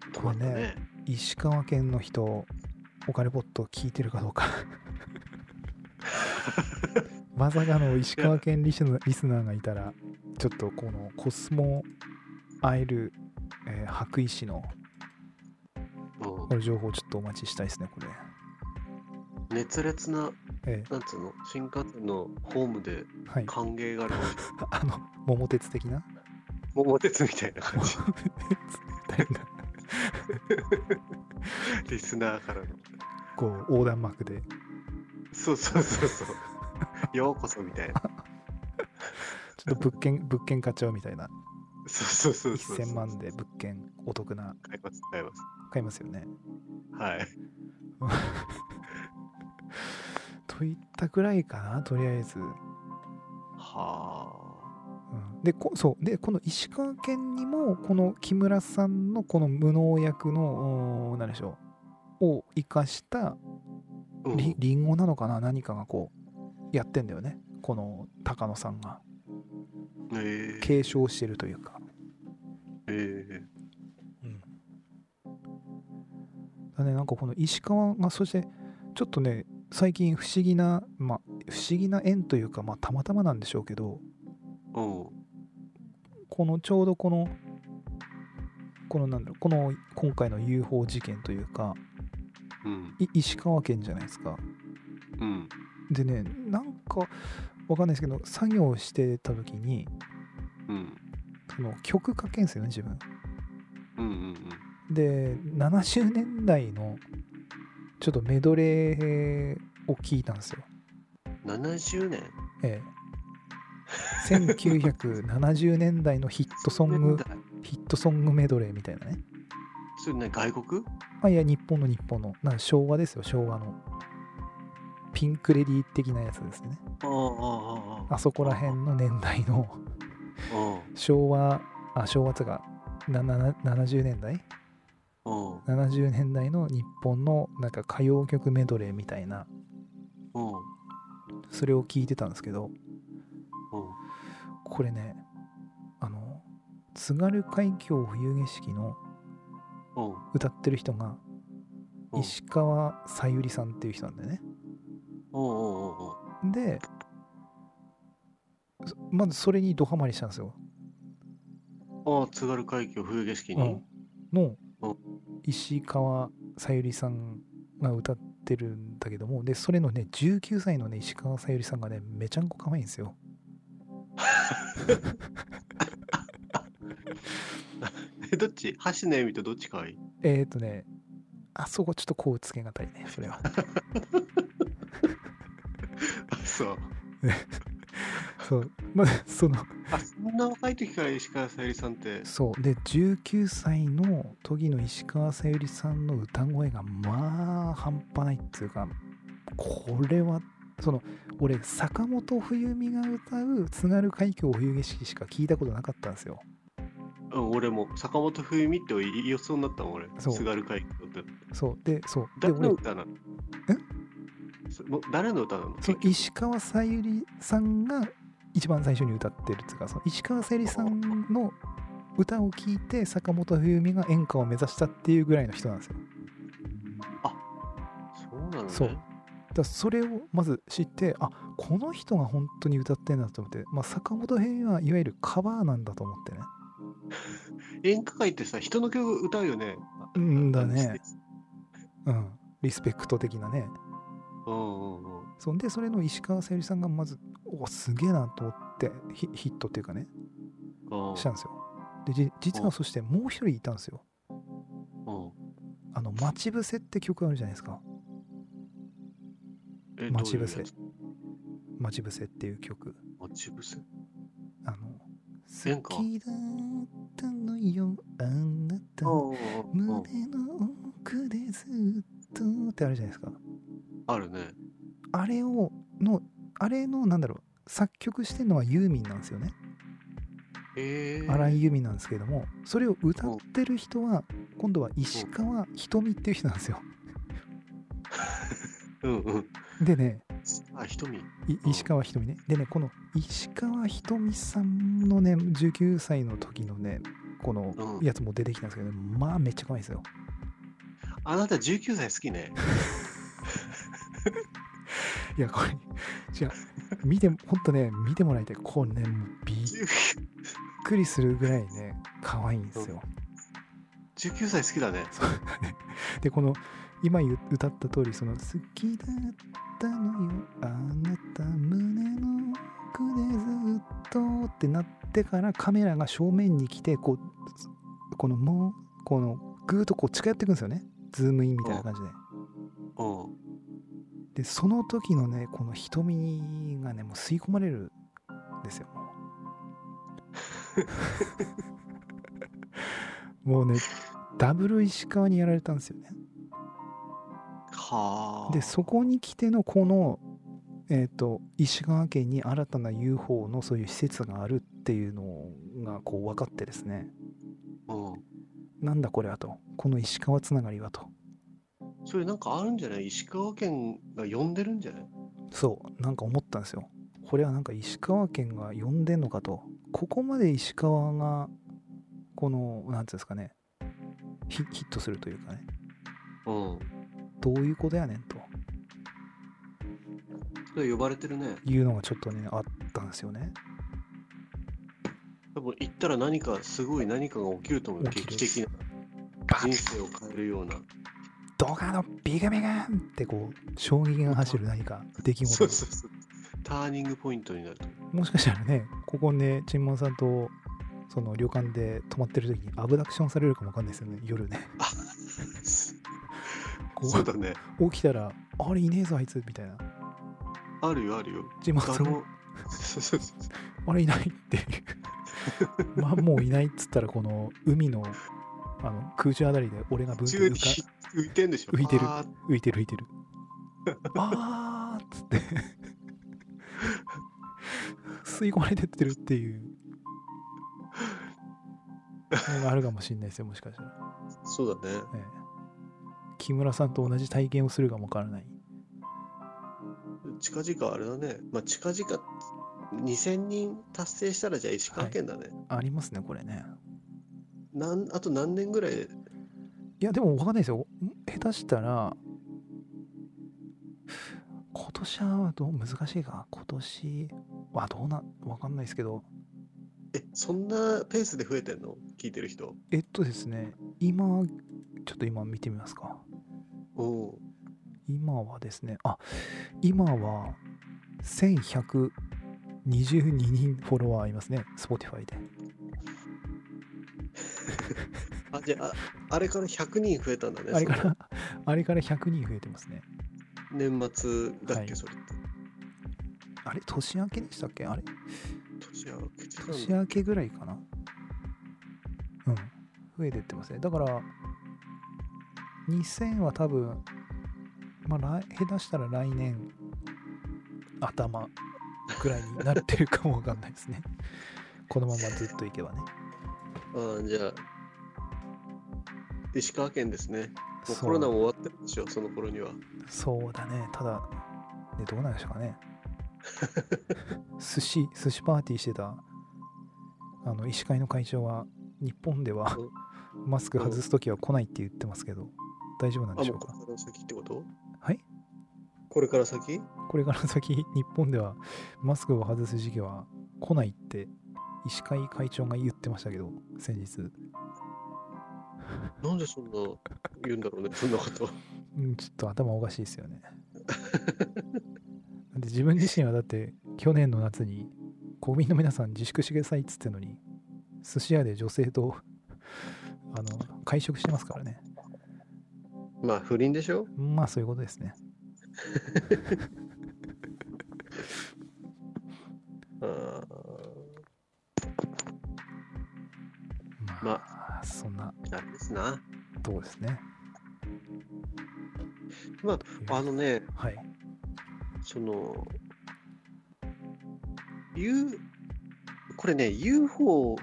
Speaker 2: う。泊
Speaker 1: こ
Speaker 2: ま
Speaker 1: れ
Speaker 2: った
Speaker 1: ね
Speaker 2: ね。
Speaker 1: 石川県の人オカルポット聞いてるかどうかまさかの石川県リスナーリスナーがいたらちょっとこのコスモアイル、えー白石の
Speaker 2: う
Speaker 1: こ
Speaker 2: ん
Speaker 1: れ情報ちょっとお待ちしたいですねこれ、
Speaker 2: 熱烈な、
Speaker 1: え
Speaker 2: なんつうの、新幹線のホーム
Speaker 1: ー
Speaker 2: で
Speaker 1: はい
Speaker 2: 歓迎があるかもしれない。
Speaker 1: あの桃鉄的な
Speaker 2: 桃鉄みたいな感じ。
Speaker 1: みたいな
Speaker 2: リスナーからの。
Speaker 1: こう横断幕で
Speaker 2: そうそうそうそう。ようこそみたいな。
Speaker 1: ちょっと物件 物件買っちゃうみたいな
Speaker 2: そうそうそうそう。
Speaker 1: 1000万で。物件お得な
Speaker 2: 買います、買います。
Speaker 1: 買いますよね
Speaker 2: はい。
Speaker 1: といったくらいかなとりあえず、う
Speaker 2: はあ。
Speaker 1: ん、でこそうでこの石川県にもこの木村さんのこの無農薬のおー何でしょうを生かした
Speaker 2: うん
Speaker 1: りりんごなのかな何かがこうやってんだよねこの高野さんが
Speaker 2: えー
Speaker 1: 継承してるというか
Speaker 2: えー
Speaker 1: だねなんかこの石川がそしてちょっとね最近不思議な、まあ、不思議な縁というか、まあ、たまたまなんでしょうけど
Speaker 2: うん。
Speaker 1: このちょうどこのこのなんだろうこの今回の UFO 事件というか
Speaker 2: うん。
Speaker 1: い石川県じゃないですか
Speaker 2: うん。
Speaker 1: でねなんかわかんないですけど作業してた時に
Speaker 2: うん。
Speaker 1: その曲書けんすよね自分
Speaker 2: うん。うん。
Speaker 1: で70年代のちょっとメドレーを聞いたんですよ
Speaker 2: うん。70年
Speaker 1: ええ、1970年代のヒットソングヒットソングメドレーみたいなね
Speaker 2: それね、外国
Speaker 1: あいや日本の日本のなんか昭和ですよ昭和のピンク・レディー的なやつですね
Speaker 2: ああ、ああ、あ
Speaker 1: あそこら辺の年代の
Speaker 2: あ。
Speaker 1: 昭和あ昭和つうかなな70年代
Speaker 2: うん。うん。
Speaker 1: 70年代の日本のなんか歌謡曲メドレーみたいな
Speaker 2: うん。
Speaker 1: それを聞いてたんですけど
Speaker 2: うん。
Speaker 1: これねあの津軽海峡冬景色の
Speaker 2: うん。
Speaker 1: 歌ってる人が
Speaker 2: うん
Speaker 1: 石川さゆりさんっていう人なんだよね。
Speaker 2: うん。うん。うん。
Speaker 1: でそまずそれにドハマりしたんですよ。
Speaker 2: ああ、津軽海峡冬景色
Speaker 1: う
Speaker 2: に
Speaker 1: ん。、の
Speaker 2: うん
Speaker 1: 石川さゆりさんが歌ってるんだけどもでそれのね19歳のね石川さゆりさんがねめちゃんこ可愛いんですよ。
Speaker 2: え、どっち橋の意味とどっちかわい い
Speaker 1: えっ、ー、とねあそこちょっとこうつけがたいねそれ は。
Speaker 2: あ、そう。
Speaker 1: そうまあその
Speaker 2: あ、そんな若い時から石川さゆりさんって。
Speaker 1: そうで19歳の都議の石川さゆりさんの歌声がまあ半端ないっていうかこれはその俺坂本冬美が歌う津軽海峡冬景色しか聞いたことなかったんですよ
Speaker 2: うん、俺も坂本冬美って言いそうになったもん俺。
Speaker 1: そう
Speaker 2: 津軽海峡って。
Speaker 1: そうでそうで
Speaker 2: 誰の
Speaker 1: 俺
Speaker 2: 歌なのそもう誰の歌なの
Speaker 1: その石川さゆりさんが一番最初に歌ってるっていうかその石川さゆりさんの歌を聴いて坂本冬美が演歌を目指したっていうぐらいの人なんですよ
Speaker 2: そうなのね。
Speaker 1: そうだからそれをまず知ってあこの人が本当に歌ってんだと思って、まあ、坂本平はいわゆるカバーなんだと思ってね
Speaker 2: 演歌会ってさ、人の曲歌うよね。
Speaker 1: うんだ
Speaker 2: あの
Speaker 1: ね。うんリスペクト的なね
Speaker 2: うんうんうん。
Speaker 1: そんでそれの石川さゆりさんがまずおすげえなと思ってヒヒットっていうかね
Speaker 2: あ
Speaker 1: したんですよでじ実はそしてもう一人いたんですよ
Speaker 2: うん
Speaker 1: あの「待ち伏せ」って曲あるじゃないですか
Speaker 2: え
Speaker 1: 待ち伏。
Speaker 2: ど
Speaker 1: せ
Speaker 2: ういうや
Speaker 1: 「
Speaker 2: つ
Speaker 1: 待ち伏せ」っていう曲
Speaker 2: 待ち伏せ。
Speaker 1: あの
Speaker 2: 演
Speaker 1: 好
Speaker 2: 歌
Speaker 1: きだったのよあなた
Speaker 2: うんうんうんうん
Speaker 1: 胸の奥でずっとってあるじゃないですか
Speaker 2: あるね。
Speaker 1: あれをのあれのなんだろう作曲してるのはユーミンなんですよね
Speaker 2: えー、
Speaker 1: 荒井由実なんですけれどもそれを歌ってる人は今度は石川ひとみっていう人なんですよ
Speaker 2: うんうん。
Speaker 1: でね
Speaker 2: あ、瞳。
Speaker 1: い
Speaker 2: うん
Speaker 1: 石川ひとみねでねこの石川ひとみさんのね19歳の時のねこの
Speaker 2: うん
Speaker 1: やつも出てきたんですけど、まあめっちゃ可愛いですよ
Speaker 2: あなた19歳好きね。
Speaker 1: いやこれ違う見てほんとね見てもらいたいこうねもうびっ
Speaker 2: 19
Speaker 1: くりするぐらいね可愛いんですよ
Speaker 2: 19歳好きだね。
Speaker 1: でこの今言う歌った通りその「好きだったのよあなた胸の奥でずっと」ってなってからカメラが正面に来てこうこのもうこのぐーっとこう近寄ってくんですよねズームインみたいな感じで。
Speaker 2: うん。
Speaker 1: でその時のねこの瞳がねもう吸い込まれるんですよ。もうもうねダブル石川にやられたんですよね。
Speaker 2: はあ。
Speaker 1: でそこに来てのこの、えー、と石川県に新たな UFO のそういう施設があるっていうのがこう分かってですね
Speaker 2: うん。
Speaker 1: なんだこれはとこの石川つながりはと
Speaker 2: それなんかあるんじゃない石川県が呼んでるんじゃない
Speaker 1: そうなんか思ったんですよこれはなんか石川県が呼んでんのかとここまで石川がこのなんていうんですかねヒヒットするというかね
Speaker 2: うん。
Speaker 1: どういうことやねんと
Speaker 2: それ呼ばれてるね。
Speaker 1: いうのがちょっとねあったんですよね
Speaker 2: 多分行ったら何かすごい何かが起きると思う。
Speaker 1: 起きる
Speaker 2: 劇的な
Speaker 1: バ
Speaker 2: 人
Speaker 1: ッ
Speaker 2: 生を変えるような。
Speaker 1: ドカのビカビカンってこう衝撃が走る何か出来
Speaker 2: そ
Speaker 1: 事
Speaker 2: うそうそう。ターニングポイントになると 思
Speaker 1: もしかしたらねここねチンモンさんとその旅館で泊まってる時にアブダクションされるかもわかんないですよね夜ね
Speaker 2: う。
Speaker 1: こ
Speaker 2: そうだね。
Speaker 1: う起きたら「あれいねえぞあいつ」みたいな
Speaker 2: あるよあるよ。
Speaker 1: チンモンさ
Speaker 2: 誰
Speaker 1: んも
Speaker 2: も。そうそうそう
Speaker 1: 「あれいない」 っていうまあもういないっつったらこの海のあの空中あたりで俺がブンって
Speaker 2: 中
Speaker 1: 浮
Speaker 2: に
Speaker 1: か
Speaker 2: 浮いてんでしょ
Speaker 1: 浮いてる
Speaker 2: あー
Speaker 1: 浮いてる浮いてるあーっつって吸い込まれてってるっていうのがあるかもしれないですよもしかしたら。
Speaker 2: そうだね。
Speaker 1: ええ木村さんと同じ体験をするかもわからない。
Speaker 2: 近々あれだね。まあ近々2000人達成したらじゃあ石川県だね。
Speaker 1: ありますね、これね。
Speaker 2: なんあと何年ぐらいで
Speaker 1: いや、でもわかんないですよ。ん下手したら、今年はどう難しいか。今年はどうな、わかんないですけど、
Speaker 2: えそんなペースで増えてんの聞いてる人。
Speaker 1: えっとですね、今、ちょっと今見てみますか。
Speaker 2: おう
Speaker 1: 今はですね、あ、今は1122人フォロワーいますね、Spotify で。
Speaker 2: あじゃあああれから100人増えたんだね。
Speaker 1: あれから、あれから100人増えてますね。
Speaker 2: その年末だ
Speaker 1: は
Speaker 2: っけ、
Speaker 1: い
Speaker 2: それって。
Speaker 1: あれ年明けでしたっけあれ
Speaker 2: 年明けてたんだ
Speaker 1: 年明けぐらいかなうん増えてってますねだから2000は多分まあ来下手したら来年頭ぐらいになってるかもわかんないですねこのままずっといけば ね
Speaker 2: あーじゃあ石川県ですね。もう
Speaker 1: そう
Speaker 2: コロナも終わってるでしょ、その頃には。
Speaker 1: そうだねただねどうなんでしょうかね寿司寿司パーティーしてたあの医師会の会長は日本では
Speaker 2: うん
Speaker 1: マスク外す時は来ないって言ってますけど大丈夫なん
Speaker 2: あ、
Speaker 1: でし
Speaker 2: も
Speaker 1: ょ
Speaker 2: う
Speaker 1: うか
Speaker 2: この先ってこと
Speaker 1: はい
Speaker 2: これから先
Speaker 1: これから先日本ではマスクを外す時期は来ないって医師会会長が言ってましたけど先日
Speaker 2: なんでそんな言うんだろうね、そんなこと。
Speaker 1: うんちょっと頭おかしいですよねだって自分自身はだって去年の夏に国民の皆さん自粛してくださいっつってのに寿司屋で女性とあの会食してますからね
Speaker 2: まあ、不倫でしょ
Speaker 1: まあそういうことですね
Speaker 2: あ
Speaker 1: まあそんな
Speaker 2: ーあれですな。
Speaker 1: とこですね
Speaker 2: まああのね、
Speaker 1: はい
Speaker 2: その、U、これね、UFO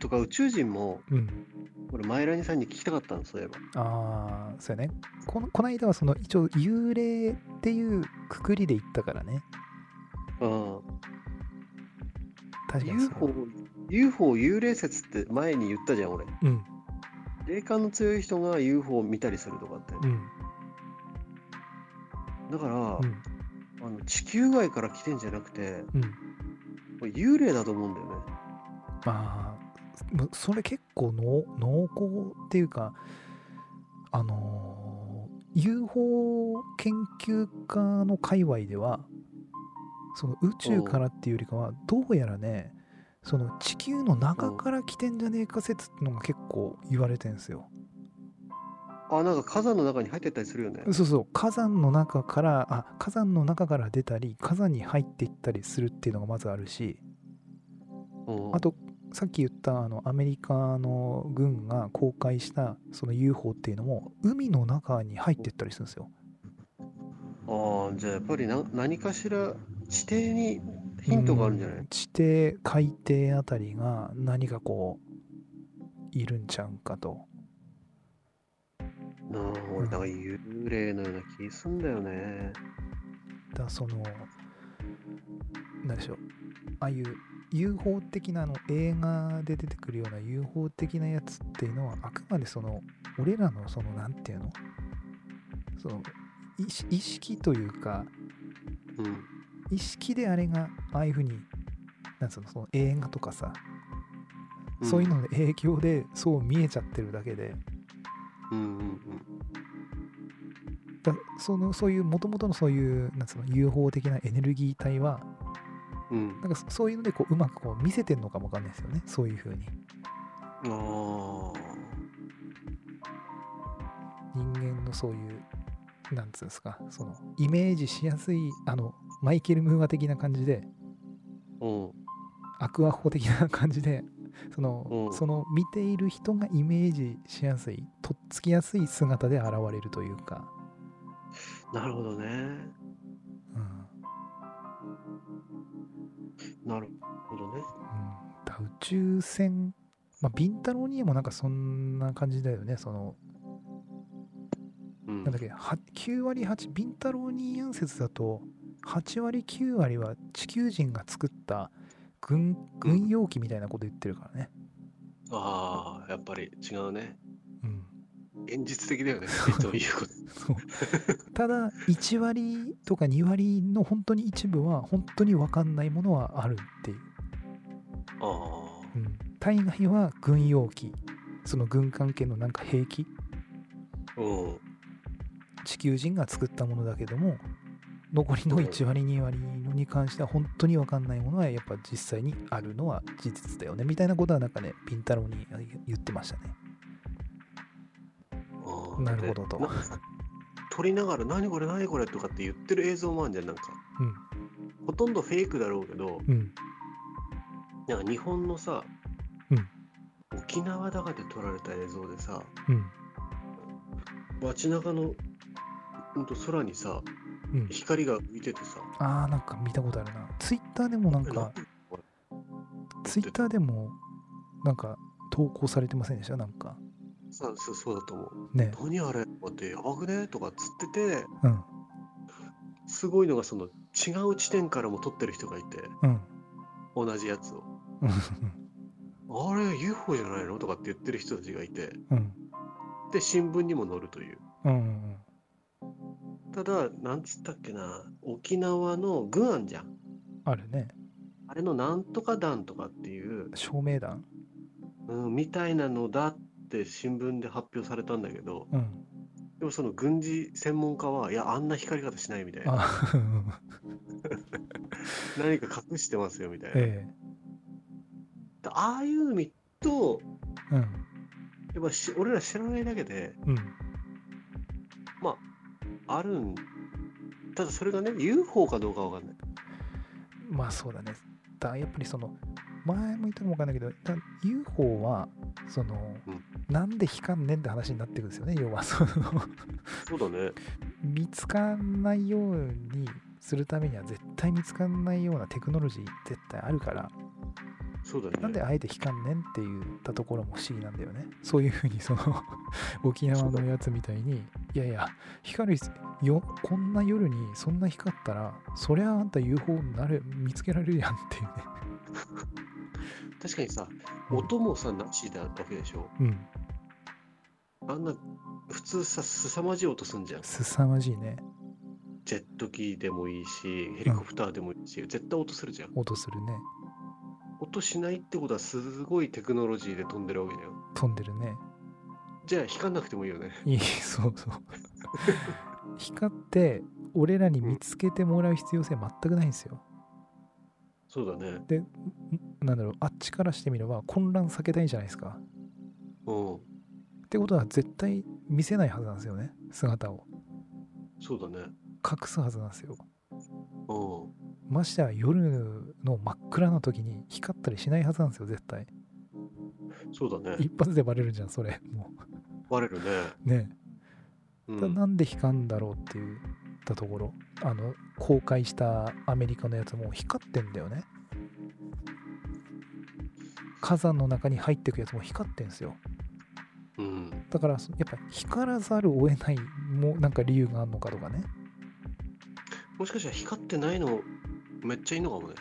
Speaker 2: とか宇宙人も、
Speaker 1: うん
Speaker 2: これ、マイラニさんに聞きたかったの、そういえば。
Speaker 1: ああそうやねこのこの間はその一応幽霊っていうくくりで言ったからね
Speaker 2: うん、
Speaker 1: 確かにそう
Speaker 2: UFO、UFO 幽霊説って前に言ったじゃん、俺。
Speaker 1: うん
Speaker 2: 霊感の強い人が UFO を見たりするとかって。
Speaker 1: うん
Speaker 2: だから、
Speaker 1: うん
Speaker 2: あの地球外から来てんじゃなくて、
Speaker 1: うん
Speaker 2: これ幽霊だと思うんだよね。
Speaker 1: まあもうそれ結構の濃厚っていうかあのー UFO 研究家の界隈ではその宇宙からっていうよりかはどうやらねその地球の中から来てんじゃねえか説ってのが結構言われてんすよ。
Speaker 2: あ、なんか火山の中に入ってったりするよね。
Speaker 1: そうそう火山の中からあ火山の中から出たり火山に入っていったりするっていうのがまずあるし
Speaker 2: うん
Speaker 1: あとさっき言ったあのアメリカの軍が公開したその UFO っていうのも海の中に入っていったりするんですよ。
Speaker 2: ああ、じゃあやっぱりな何かしら地底にヒントがあるんじゃない、
Speaker 1: うん地底海底あたりが何かこういるんちゃうんかと。
Speaker 2: なあ、俺、なんか幽霊のような気すんだよね。
Speaker 1: だその何でしょうああいう UFO 的なあの映画で出てくるような UFO 的なやつっていうのはあくまでその俺らのその何ていうのその意識意識というか
Speaker 2: うん。
Speaker 1: 意識であれがああいうふうになんつうのその映画とかさ、そういうのの影響でそう見えちゃってるだけで
Speaker 2: うんうんうん
Speaker 1: だそのそういうもともとのそういうなんつうの UFO 的なエネルギー体は
Speaker 2: うん。
Speaker 1: なんかそそういうのでこううまくこう見せてんのかもわかんないですよねそういうふうに
Speaker 2: あ
Speaker 1: 人間のそういうなんつうんですかそのイメージしやすいあのマイケル・ムーア的な感じで
Speaker 2: あ。うん。
Speaker 1: アクア法的な感じでその
Speaker 2: うん
Speaker 1: その見ている人がイメージしやすいとっつきやすい姿で現れるというか、
Speaker 2: なるほどね。
Speaker 1: うんうん
Speaker 2: なるほどね。
Speaker 1: だ宇宙船まあビンタロウにもなんかそんな感じだよねその
Speaker 2: うん
Speaker 1: なんだっけは9割8ビンタロウニーアン説だと8割9割は地球人が作った軍軍用機みたいなこと言ってるからね、
Speaker 2: ああ、やっぱり違うね。
Speaker 1: うん、
Speaker 2: 現実的だよね。という こと。
Speaker 1: そうただ1割とか2割の本当に一部は本当に分かんないものはあるっていう、
Speaker 2: ああ。
Speaker 1: うん、大概は軍用機その軍関係のなんか兵器
Speaker 2: うん。
Speaker 1: 地球人が作ったものだけども残りの
Speaker 2: うん
Speaker 1: 1割2割のに関しては本当に分かんないものはやっぱ実際にあるのは事実だよねみたいなことはなんかねピンタロウに言ってましたね
Speaker 2: ああ
Speaker 1: なるほどと
Speaker 2: でなんか撮りながら「何これ何これ」とかって言ってる映像もあるんじゃんなんか、ほとんどフェイクだろうけど
Speaker 1: うん
Speaker 2: なんか日本のさ、
Speaker 1: うん
Speaker 2: 沖縄だかで撮られた映像でさ
Speaker 1: うん
Speaker 2: 街中のほんと空にさ
Speaker 1: うん
Speaker 2: 光が浮いててさ
Speaker 1: あーなんか見たことあるなツイッターでもなん
Speaker 2: え
Speaker 1: か
Speaker 2: なんこれ
Speaker 1: ツイッターでもなんか投稿されてませんでしたなんか
Speaker 2: さそうそうだと思う
Speaker 1: ね
Speaker 2: 何あれとかってやばくねとかっつってて
Speaker 1: うん
Speaker 2: すごいのがその違う地点からも撮ってる人がいて
Speaker 1: うん
Speaker 2: 同じやつを
Speaker 1: うん
Speaker 2: あれ UFO じゃないのとかって言ってる人たちがいて
Speaker 1: うん
Speaker 2: で新聞にも載るという
Speaker 1: うんうん
Speaker 2: ただ、なんつったっけな、沖縄の軍案じゃん。
Speaker 1: あるね。
Speaker 2: あれのなんとか団とかっていう、
Speaker 1: 照明弾
Speaker 2: うん、みたいなのだって新聞で発表されたんだけど、
Speaker 1: うん。
Speaker 2: でもその軍事専門家は、いや、あんな光り方しないみたいな、
Speaker 1: あ、うん
Speaker 2: 何か隠してますよみたい な。
Speaker 1: え
Speaker 2: ああいうの見ると、
Speaker 1: え。うん。
Speaker 2: やっぱし俺ら知らないだけで
Speaker 1: うん。
Speaker 2: あるん、ただそれがね、UFO かどうかわかんない。
Speaker 1: まあそうだね。だやっぱりその前も言ったかもわかんないけど、だ UFO はその、
Speaker 2: うん
Speaker 1: なんで光んねんって話になってくるんですよね。要はその
Speaker 2: そうだね。
Speaker 1: 見つかんないようにするためには絶対見つかんないようなテクノロジー絶対あるから、
Speaker 2: そうだね。
Speaker 1: なんであえて光んねんって言ったところも不思議なんだよね。そういうふうにその 沖縄のやつみたいに、いやいや光るよこんな夜にそんな光ったらそりゃあんた UFO になる見つけられるやんっていうね。
Speaker 2: 確かにさ、
Speaker 1: うん
Speaker 2: 音もさ、なしだわけでしょ。
Speaker 1: うん。
Speaker 2: あんな、普通さ、凄まじい音すんじゃん。
Speaker 1: 凄まじいね
Speaker 2: ジェット機でもいいし、ヘリコプターでもいいし、絶対音するじゃん。
Speaker 1: 音するね
Speaker 2: 音しないってことは、すごいテクノロジーで飛んでるわけじゃん。
Speaker 1: 飛んでるね
Speaker 2: じゃあ、光んなくてもいいよね。
Speaker 1: いいそうそう光って俺らに見つけてもらう必要性全くないんですよ
Speaker 2: そうだね。
Speaker 1: でんなんだろうあっちからしてみれば混乱避けたいじゃないですか
Speaker 2: うん。
Speaker 1: ってことは絶対見せないはずなんですよね姿を
Speaker 2: そうだね。
Speaker 1: 隠すはずなんですよ
Speaker 2: うん。
Speaker 1: ましてや夜の真っ暗な時に光ったりしないはずなんですよ絶対
Speaker 2: そうだね。
Speaker 1: 一発でバレるじゃんそれも
Speaker 2: バレるね。
Speaker 1: うね
Speaker 2: う
Speaker 1: ただ
Speaker 2: ん。
Speaker 1: なんで光るんだろうって言ったところあの公開したアメリカのやつも光ってんだよね火山の中に入ってくやつも光ってんすよ
Speaker 2: うん。
Speaker 1: だからそやっぱ光らざるを得ないもなんか理由があるのかとかね
Speaker 2: もしかしたら光ってないの、めっちゃいいのかもね。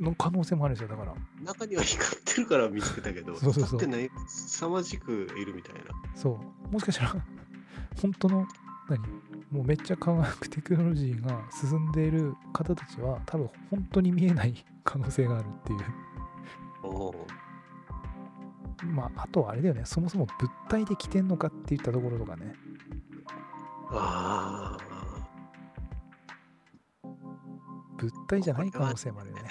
Speaker 1: の可能性もあるんですよだから
Speaker 2: 中には光ってるから見つけたけど、
Speaker 1: そうそうそう
Speaker 2: 光ってない、凄まじくいるみたいな。
Speaker 1: そうもしかしたら 本当の何もうめっちゃ科学テクノロジーが進んでいる方たちは多分本当に見えない可能性があるっていう
Speaker 2: うん。
Speaker 1: まあ、あとはあれだよね、そもそも物体で着てんのかって言ったところとかね、
Speaker 2: あ
Speaker 1: 物体じゃない可能性もあるよね。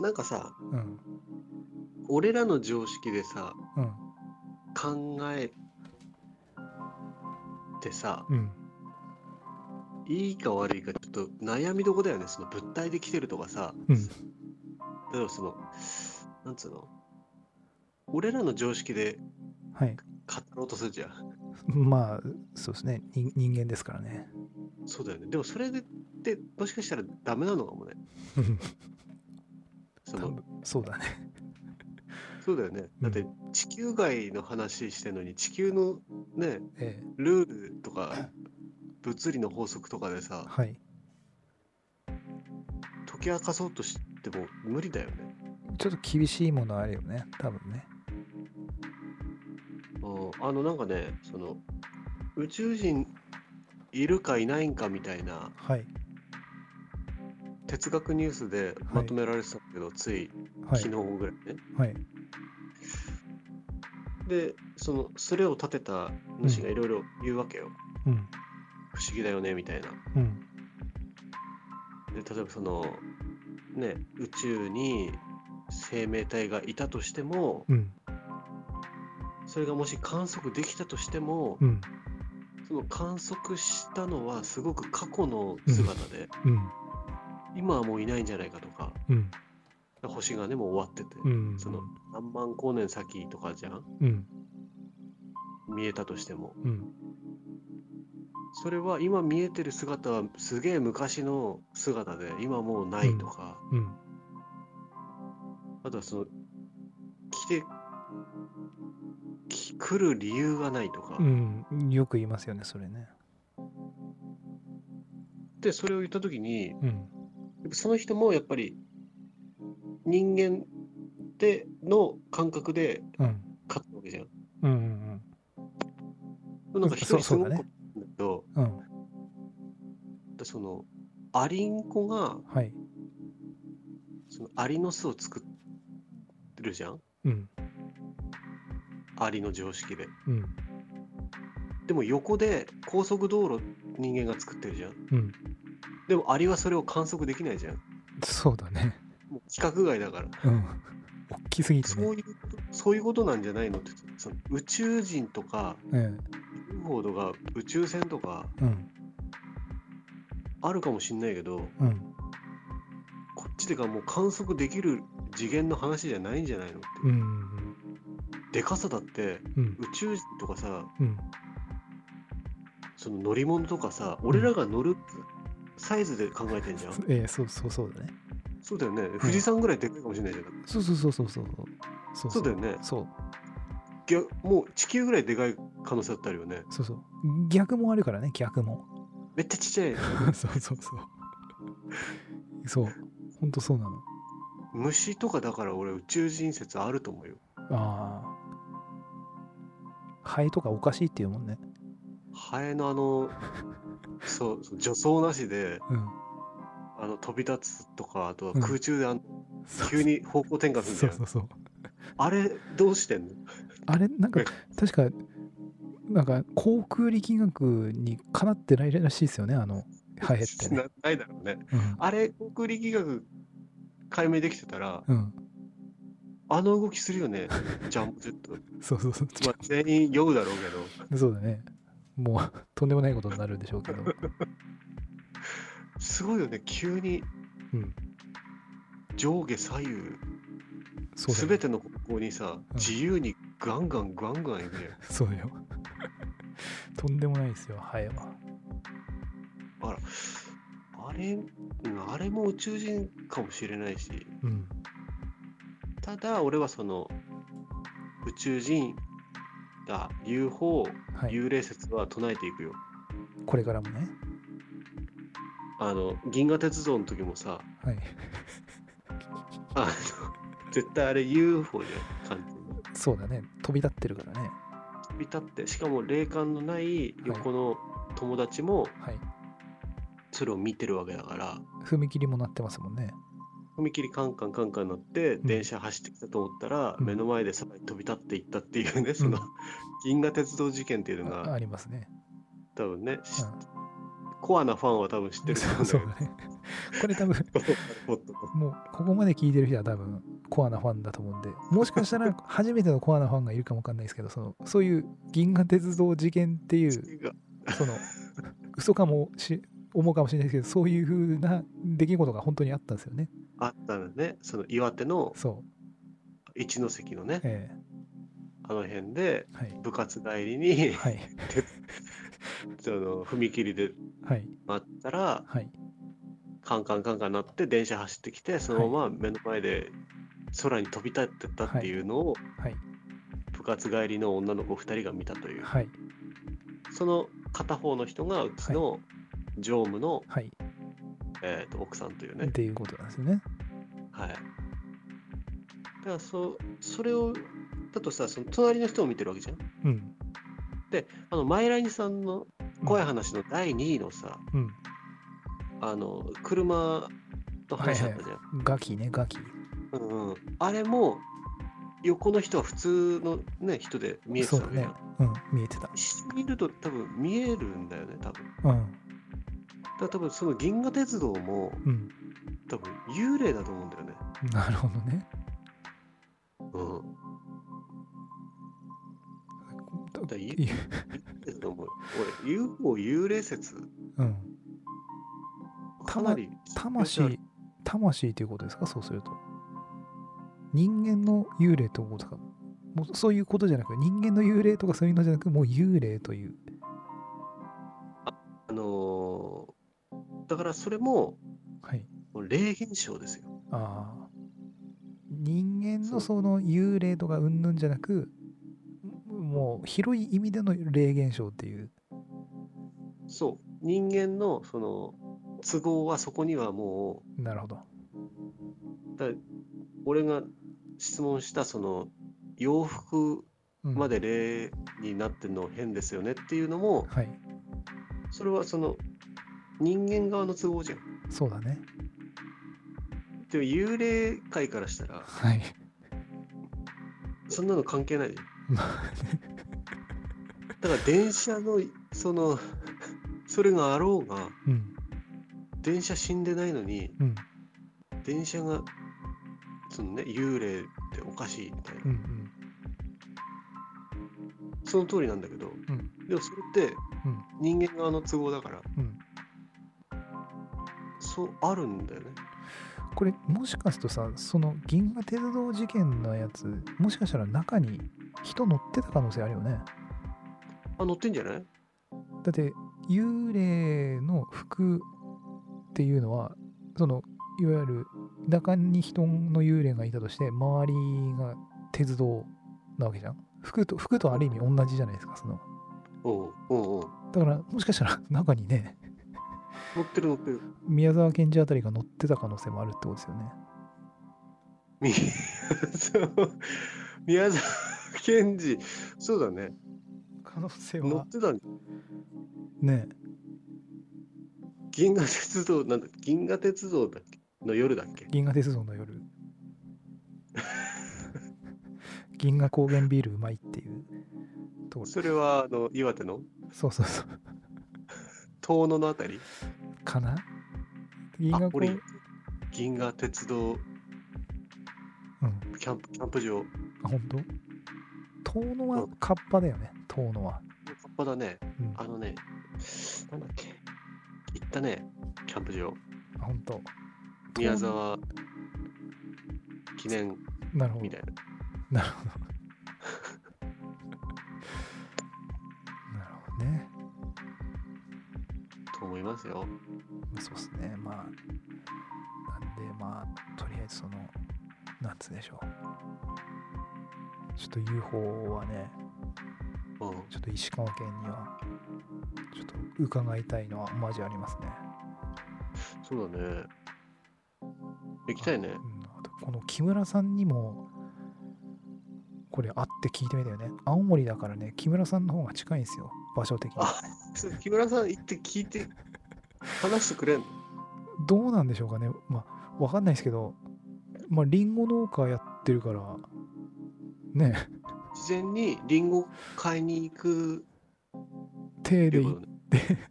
Speaker 2: あ。なんかさ、
Speaker 1: うん、
Speaker 2: 俺らの常識でさ、
Speaker 1: うん、
Speaker 2: 考えてさ、
Speaker 1: うん。
Speaker 2: いいか悪いかちょっと悩みどこだよね。その物体で来てるとかさ、
Speaker 1: うん
Speaker 2: 例えばその、なんつうの、俺らの常識で
Speaker 1: はい。
Speaker 2: 語ろうとするじゃん。
Speaker 1: まあ、そうですね、人人間ですからね。
Speaker 2: そうだよね。でもそれでって、もしかしたらダメなのか もね。そ
Speaker 1: 多
Speaker 2: の
Speaker 1: 分そうだね。
Speaker 2: そうだよね。だっ
Speaker 1: う
Speaker 2: て地球外の話してるのに、地球のね、
Speaker 1: ええ、
Speaker 2: ルールとか物理の法則とかでさ
Speaker 1: はい。
Speaker 2: 解き明かそうとしても無理だよね。
Speaker 1: ちょっと厳しいものあるよね、多分ね。
Speaker 2: うんあのなんかねその宇宙人いるかいないんかみたいな
Speaker 1: はい。
Speaker 2: 哲学ニュースでまとめられてたんだけど、つい
Speaker 1: は
Speaker 2: 昨
Speaker 1: い
Speaker 2: 日。ぐらいね。
Speaker 1: はい。
Speaker 2: でそのそれを立てた主がいろいろ言うわけよ。
Speaker 1: うん。
Speaker 2: 不思議だよねみたいな。
Speaker 1: うん。
Speaker 2: で例えばそのね宇宙に生命体がいたとしても
Speaker 1: うん。
Speaker 2: それがもし観測できたとしても、
Speaker 1: うん。
Speaker 2: その観測したのはすごく過去の姿で、
Speaker 1: うん。
Speaker 2: 今はもういないんじゃないかとか
Speaker 1: うん。
Speaker 2: 星がねもう終わってて、
Speaker 1: うん。
Speaker 2: その何万光年先とかじゃん
Speaker 1: うん。
Speaker 2: 見えたとしても
Speaker 1: うん。
Speaker 2: それは今見えてる姿はすげえ昔の姿で今もうないとか、
Speaker 1: うん。
Speaker 2: あとはその来てき来る理由がないとか、
Speaker 1: うん。よく言いますよね、それね。
Speaker 2: でそれを言った時に
Speaker 1: うん。
Speaker 2: その人もやっぱり人間での感覚で
Speaker 1: うん。
Speaker 2: 勝ったわけじゃん。
Speaker 1: うん。うん。
Speaker 2: もなんか一人すごく
Speaker 1: そうそうだね
Speaker 2: だけど、
Speaker 1: うん。
Speaker 2: でそのアリンコが
Speaker 1: はい。
Speaker 2: そのアリの巣を作ってるじゃん
Speaker 1: うん。
Speaker 2: アリの常識で
Speaker 1: うん。
Speaker 2: でも横で高速道路人間が作ってるじゃん
Speaker 1: うん。
Speaker 2: でもアリはそれを観測できないじゃん
Speaker 1: そうだね。
Speaker 2: もう規格外だから
Speaker 1: うん。大きすぎて
Speaker 2: そ
Speaker 1: ね。
Speaker 2: ういうことそういうことなんじゃないのってその宇宙人とか
Speaker 1: うん。
Speaker 2: UFO とか宇宙船とか
Speaker 1: うん。
Speaker 2: あるかもしんないけど
Speaker 1: うん。
Speaker 2: こっちでがもう観測できる次元の話じゃないんじゃないのって、
Speaker 1: うん。
Speaker 2: でかさだって
Speaker 1: うん。
Speaker 2: 宇宙人とかさ
Speaker 1: うん。
Speaker 2: その乗り物とかさ俺らが乗るサイズで考えてんじゃん、
Speaker 1: えー、そうそうそうだね。
Speaker 2: そうだよね富士山ぐらいでかいかもしれないじゃん、
Speaker 1: そうそうそうそうそう。そう
Speaker 2: そうだよね
Speaker 1: そう
Speaker 2: いやもう地球ぐらいでかい可能性だってあるよね
Speaker 1: そうそう。逆もあるからね、逆も。
Speaker 2: めっちゃちっちゃい
Speaker 1: そうそうそう。そう。ほんとそうなの。
Speaker 2: 虫とかだから俺宇宙人説あると思うよ
Speaker 1: ああ。ハエとかおかしいっていうもんね。
Speaker 2: ハエのあのそうそう助走なしで
Speaker 1: うん。
Speaker 2: あの飛び立つとかあとは
Speaker 1: うん
Speaker 2: 空中であの
Speaker 1: そう
Speaker 2: 急に方向転換するじ
Speaker 1: そ
Speaker 2: ゃ、
Speaker 1: うんそうそう。
Speaker 2: あれどうしてんの
Speaker 1: あれ、なんか、確か、なんか、航空力学にかなってないらしいですよね、あの、ハエって、ね
Speaker 2: な。ないだろうね
Speaker 1: うん
Speaker 2: あれ航空力学解明できてたら
Speaker 1: うん。
Speaker 2: あの動きするよねジャンプジェッ ト、
Speaker 1: そうそうそう。
Speaker 2: まあ、全員酔うだろうけど
Speaker 1: そうだね。もう、とんでもないことになるんでしょうけど。
Speaker 2: すごいよね急に
Speaker 1: うん
Speaker 2: 上下左右
Speaker 1: そうだ
Speaker 2: す
Speaker 1: よ
Speaker 2: べ、ての方向にさ、
Speaker 1: ん
Speaker 2: 自由にガンガンガンガン行くじ
Speaker 1: そうだよ。とんでもないですよ、ハエは。
Speaker 2: ゃんあらあれうんあれも宇宙人かもしれないし
Speaker 1: うん。
Speaker 2: ただ俺はその宇宙人だ UFO
Speaker 1: はい。
Speaker 2: 幽霊説は唱えていくよ
Speaker 1: これからもね。
Speaker 2: あの銀河鉄道の時もさ
Speaker 1: はい。
Speaker 2: あの 絶対あれ UFO じゃん完全に
Speaker 1: そうだね。飛び立ってるからね。
Speaker 2: 飛び立ってしかも霊感のない横の友達も
Speaker 1: はい。
Speaker 2: それを見てるわけだから
Speaker 1: 踏切もなってますもんね。
Speaker 2: 踏切カンカンカンカンなって
Speaker 1: ん
Speaker 2: 電車走ってきたと思ったら、
Speaker 1: うん
Speaker 2: 目の前でさらに飛び立っていったっていうね、その
Speaker 1: うん
Speaker 2: 銀河鉄道事件っていうの
Speaker 1: あ
Speaker 2: が
Speaker 1: ありますね。
Speaker 2: 多分ね、し
Speaker 1: うん
Speaker 2: コアなファンは多分知ってると思うん だ
Speaker 1: そ
Speaker 2: け
Speaker 1: うだね。これ多分、
Speaker 2: どポッと
Speaker 1: もうここまで聞いてる人は多分コアなファンだと思うんで、もしかしたら初めてのコアなファンがいるかもわかんないですけど、そのそういう銀河鉄道事件っていう、
Speaker 2: 違う
Speaker 1: その嘘かもし思うかもしれないですけど、そういうふうな出来事が本当にあったんですよね。
Speaker 2: あったのねその岩手の
Speaker 1: そ
Speaker 2: 一関のね
Speaker 1: う。え
Speaker 2: あの辺で
Speaker 1: えはい。
Speaker 2: 部活帰りに
Speaker 1: はい。
Speaker 2: その踏切で
Speaker 1: はい。
Speaker 2: 待ったら
Speaker 1: はい。
Speaker 2: カンカンカンカンなって電車走ってきてそのまま目の前で空に飛び立ってったっていうのを
Speaker 1: はい。
Speaker 2: 部活帰りの女の子2人が見たという
Speaker 1: はい。
Speaker 2: その片方の人がうちの常務の、
Speaker 1: はい。
Speaker 2: えー、と奥さんという
Speaker 1: っ
Speaker 2: ね
Speaker 1: ていうことなんですよね。
Speaker 2: はいだからそそれをだとさその隣の人を見てるわけじゃん
Speaker 1: うん。
Speaker 2: あのマイライニさんの怖い話の第2位のさ、
Speaker 1: うん。
Speaker 2: あの車の話だったじゃん、
Speaker 1: ガキね、ガキ。
Speaker 2: うんうん、あれも横の人は普通の、ね、人で見えて
Speaker 1: そ
Speaker 2: た
Speaker 1: う
Speaker 2: わ
Speaker 1: だ
Speaker 2: けじゃ
Speaker 1: ね
Speaker 2: ん、。
Speaker 1: うん。見えてた。
Speaker 2: 一緒にいると多分見えるんだよね多分だ
Speaker 1: う
Speaker 2: か
Speaker 1: ん。
Speaker 2: ら多分その銀河鉄道も
Speaker 1: うん。
Speaker 2: 多分幽霊だと思うんだよね
Speaker 1: なるほどね。
Speaker 2: うんだからゆ
Speaker 1: いや
Speaker 2: けども俺 UFO 幽霊説
Speaker 1: うん。
Speaker 2: かなり
Speaker 1: 魂魂ということですかそうすると人間の幽霊ということですかもうそういうことじゃなく人間の幽霊とかそういうのじゃなくもう幽霊という
Speaker 2: あのーだからそれも
Speaker 1: はい
Speaker 2: 霊現象ですよ
Speaker 1: ああ人間
Speaker 2: そ
Speaker 1: の
Speaker 2: う
Speaker 1: その幽霊とか云々じゃなくもう広い意味での霊現象っていう
Speaker 2: そう人間のその都合はそこにはも
Speaker 1: なるほど
Speaker 2: うだから俺が質問したその洋服
Speaker 1: うん
Speaker 2: まで例になってるの変ですよねっていうのも
Speaker 1: はい
Speaker 2: それはその人間側の都合じゃん。
Speaker 1: そうだね
Speaker 2: でも幽霊界からしたら
Speaker 1: はい
Speaker 2: そんなの関係ないじゃん。
Speaker 1: まあね
Speaker 2: だから電車のそのそれがあろうが
Speaker 1: うん
Speaker 2: 電車死んでないのに
Speaker 1: うん
Speaker 2: 電車がそのね幽霊っておかしいみたいな
Speaker 1: うんうん
Speaker 2: その通りなんだけど、
Speaker 1: ん
Speaker 2: でもそれって
Speaker 1: うん
Speaker 2: 人間側の都合だから
Speaker 1: うん
Speaker 2: そうあるんだよね。
Speaker 1: これもしかするとさその銀河鉄道事件のやつもしかしたら中に人乗ってた可能性あるよね
Speaker 2: あ乗ってんじゃない
Speaker 1: だって幽霊の服っていうのはそのいわゆる中に人の幽霊がいたとして周りが鉄道なわけじゃん服と服とある意味同じじゃないですかその
Speaker 2: おうおうおう
Speaker 1: だからもしかしたら中にね
Speaker 2: 乗ってる乗ってる。
Speaker 1: 宮沢賢治あたりが乗ってた可能性もあるってことですよね
Speaker 2: み そう宮沢賢治そうだね
Speaker 1: 可能性
Speaker 2: 乗
Speaker 1: は
Speaker 2: ってたん
Speaker 1: ね
Speaker 2: 銀河鉄道なんだ銀河鉄道だっけの夜だっけ
Speaker 1: 銀河鉄道の夜銀河高原ビールうまいっていうところ
Speaker 2: それはあの岩手の
Speaker 1: そうそうそう
Speaker 2: 遠野のあたり
Speaker 1: かな銀
Speaker 2: あ
Speaker 1: 河高
Speaker 2: 俺銀河鉄道
Speaker 1: うん
Speaker 2: キャンプキャンプ場
Speaker 1: あ、本当遠野
Speaker 2: う
Speaker 1: は
Speaker 2: ん
Speaker 1: カッパだよね、遠野は。
Speaker 2: カッパだね
Speaker 1: うん、
Speaker 2: あのねなんだっけ行ったねキャンプ場
Speaker 1: あ本当
Speaker 2: 宮沢記念
Speaker 1: なるほど
Speaker 2: み。たいな
Speaker 1: なるほど。なるほどね。
Speaker 2: と思いますよ
Speaker 1: まあそうっすね。まあ、なんで、まあ、とりあえずその、なんつうでしょう。ちょっと UFO はね、
Speaker 2: うん
Speaker 1: ちょっと石川県には、ちょっと伺いたいのはマジありますね。
Speaker 2: そうだね行きたいね
Speaker 1: うんあとこの木村さんにもこれあって聞いてみたよね青森だからね木村さんの方が近いんですよ場所的に
Speaker 2: あそう木村さん行って聞いて話してくれんの
Speaker 1: どうなんでしょうかねまあわかんないですけどまありんご農家やってるからね
Speaker 2: 事前にリンゴ買いに行く
Speaker 1: 手
Speaker 2: って
Speaker 1: で
Speaker 2: いう
Speaker 1: い
Speaker 2: ことね。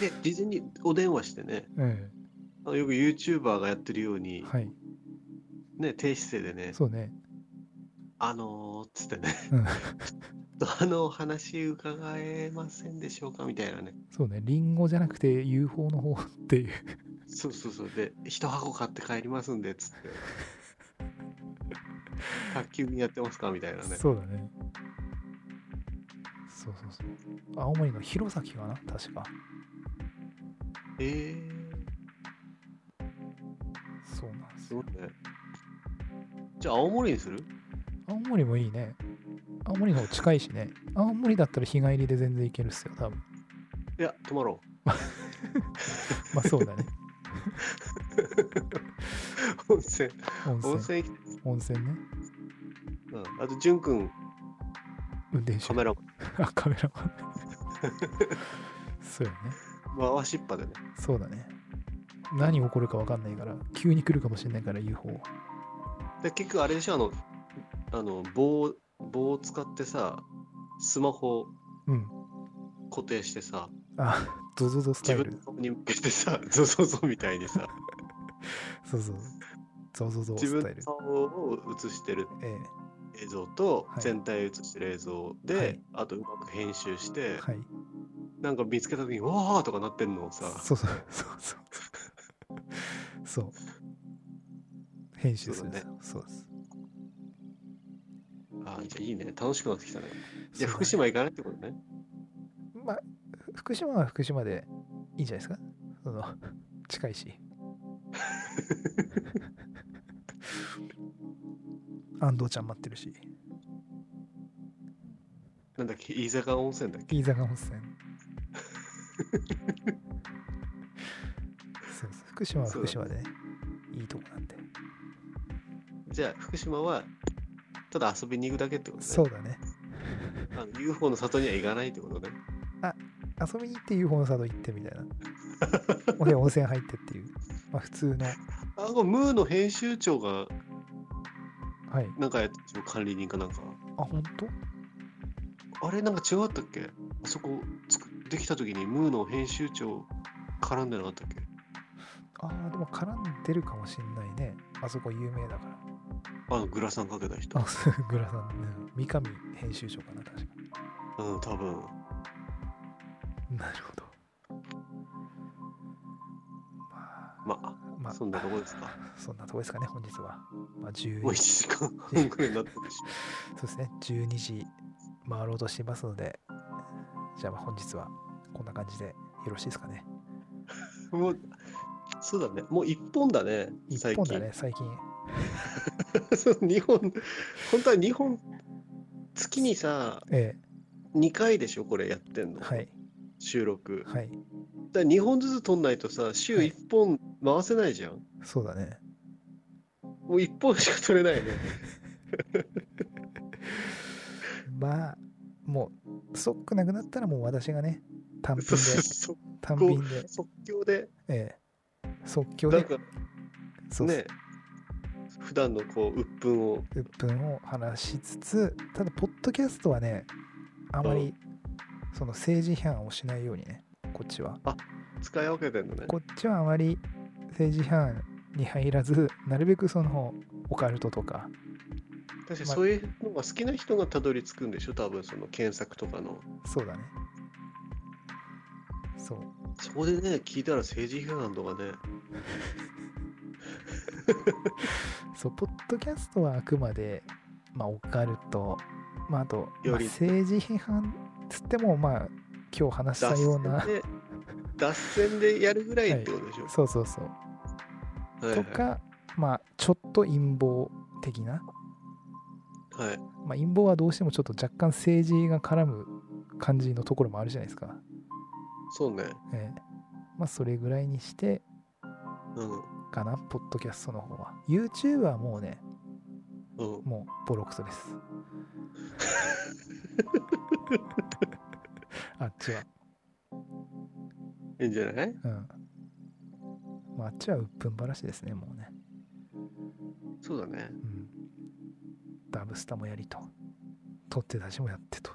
Speaker 2: で、事前にお電話してね、
Speaker 1: え
Speaker 2: あのよく YouTuber がやってるように
Speaker 1: え、はい
Speaker 2: ね、低姿勢でね、
Speaker 1: そうね
Speaker 2: あのー、つってね、
Speaker 1: うん
Speaker 2: あのお話伺えませんでしょうかみたいなね。
Speaker 1: そうねりんごじゃなくて UFO の方 っていう
Speaker 2: そうそうそう。で、一箱買って帰りますんで、つって。卓球にやってますかみたいなね。
Speaker 1: そうだねそうそうそう青森の弘前かな確か
Speaker 2: え
Speaker 1: そうなんで
Speaker 2: ー、
Speaker 1: す
Speaker 2: す
Speaker 1: よ
Speaker 2: ごいね。じゃあ、青森にする
Speaker 1: 青森もいいね。青森の方近いしね。青森だったら日帰りで全然行けるっすよ、多分。
Speaker 2: いや、泊まろ
Speaker 1: まあそうだ ね。
Speaker 2: う。温泉。
Speaker 1: 温泉。
Speaker 2: 温泉行き
Speaker 1: 温泉ね。
Speaker 2: うん。あと、淳くん、
Speaker 1: 運転手
Speaker 2: カ。メラ
Speaker 1: あ、カ メラマン。そうよね。
Speaker 2: 回しっぱでね。
Speaker 1: そうだね。何起こるか分かんないから、急に来るかもしれないから、UFO は。
Speaker 2: で結局あれでしょあのあの棒棒を使ってさスマホを
Speaker 1: うん。
Speaker 2: 固定してさ
Speaker 1: あ、ゾゾゾスタ
Speaker 2: 自
Speaker 1: イ
Speaker 2: 分
Speaker 1: ル
Speaker 2: の。顔に向けてさ ゾゾゾみたいにさ
Speaker 1: そうそう。ゾゾゾ
Speaker 2: 自
Speaker 1: ス
Speaker 2: 分
Speaker 1: タイ
Speaker 2: の
Speaker 1: ル。
Speaker 2: 顔を映してる
Speaker 1: え
Speaker 2: 映像と
Speaker 1: はい
Speaker 2: 全体を映してる映像で、
Speaker 1: はい
Speaker 2: あとうまく編集し
Speaker 1: え
Speaker 2: て、
Speaker 1: はい。
Speaker 2: なんか見つけた時に「わー!」とかなってんのをさ
Speaker 1: そうそうそうそう。そう。編集するんですよ。そうです。
Speaker 2: あーじゃあいいね楽しくなってきたねじゃあ
Speaker 1: そうだ
Speaker 2: 福
Speaker 1: ね
Speaker 2: 島行かないってことね
Speaker 1: まあ、福島は福島でいいんじゃないですかその 近い し。安藤ちゃん待ってるし、
Speaker 2: なんだっけ飯坂温泉だっけ
Speaker 1: 飯坂温 泉。そうそう福島は福島でね、いいとこなんで。
Speaker 2: じゃあ福島はただ遊びに行くだけってことね。
Speaker 1: そうだね
Speaker 2: あの UFO の里には行かないってことね。
Speaker 1: 遊びに行って UFO の里行ってみたい な俺温泉入ってっていう、まあ、普通の
Speaker 2: あ、これムーの編集長が
Speaker 1: はい
Speaker 2: なんかやってるでしょ管理人かなんか。
Speaker 1: あ本当
Speaker 2: あれなんか違ったっけあそこつくできた時にムーの編集長絡んでなかったっけ
Speaker 1: ああでも絡んでるかもしんないねあそこ有名だから
Speaker 2: あのグラサンかけた人。
Speaker 1: あそうグラさん、うん三上編集長かな確か
Speaker 2: うん、多分。
Speaker 1: なるほどまあ
Speaker 2: まあ、
Speaker 1: まあ
Speaker 2: そんなとこですか。
Speaker 1: そんなとこですかね本日は、まあ、10
Speaker 2: もう1時間半くらいになったでし
Speaker 1: そうですね、12時回ろうとしていますので、じゃあまあ本日はこんな感じでよろしいですかね。
Speaker 2: ょ。もう、そうだね。もう1本だね、
Speaker 1: 1
Speaker 2: 最
Speaker 1: 本
Speaker 2: 近。
Speaker 1: だね、最近。
Speaker 2: そう2本、本当は2本、月にさ、
Speaker 1: え
Speaker 2: 2回でしょ、これやってん
Speaker 1: え
Speaker 2: の。
Speaker 1: はい、
Speaker 2: 収録。
Speaker 1: はい、
Speaker 2: だ2本ずつ撮んないとさ、週
Speaker 1: はい
Speaker 2: 1本回せないじゃん。
Speaker 1: そうだね。
Speaker 2: もう1本しか撮れな いね。
Speaker 1: まあ、もう、ストックなくなったらもう私がね、単品
Speaker 2: そ
Speaker 1: で、
Speaker 2: そ
Speaker 1: 単品で、
Speaker 2: 即興で、
Speaker 1: ええ即興
Speaker 2: なん
Speaker 1: で、
Speaker 2: か
Speaker 1: そうです
Speaker 2: ね、普段のこう、鬱憤を。
Speaker 1: 鬱憤を話しつつ、ただ、ポッドキャストはね、あまり、その政治批判をしないようにね、こっちは。
Speaker 2: 使い分けてんのね。
Speaker 1: こっちはあまり政治批判に入らず、なるべくそのオカルトとか、
Speaker 2: 確かにそういうのが好きな人がたどり着くんでしょ、多分その検索とかの。
Speaker 1: そうだね。そう。
Speaker 2: そこでね、聞いたら政治批判とかね、
Speaker 1: そう、ポッドキャストはあくまで、まあ、オカルト、まあ、あと、まあ
Speaker 2: より
Speaker 1: 政治批判つっても、まあ、今日話した
Speaker 2: 脱
Speaker 1: よう
Speaker 2: 線
Speaker 1: な、
Speaker 2: で、脱線でやるぐらいってことでしょ。
Speaker 1: そうそうそう、
Speaker 2: はい、
Speaker 1: と
Speaker 2: はい
Speaker 1: か、まあ、ちょっと陰謀的な、
Speaker 2: はい。
Speaker 1: まあ、陰謀はどうしてもちょっと若干政治が絡む感じのところもあるじゃないですか。
Speaker 2: そうね。
Speaker 1: ええまあ、それぐらいにして、
Speaker 2: うん。うん。
Speaker 1: かな、ポッドキャストの方は。YouTube はもうね、もうボロクソです。あっちは。
Speaker 2: いいんじゃない
Speaker 1: うん。まあ、あっちは鬱憤ばらしですね、もうね。
Speaker 2: そうだね
Speaker 1: う。ん。ダブスタもやりと。取って出しもやってと。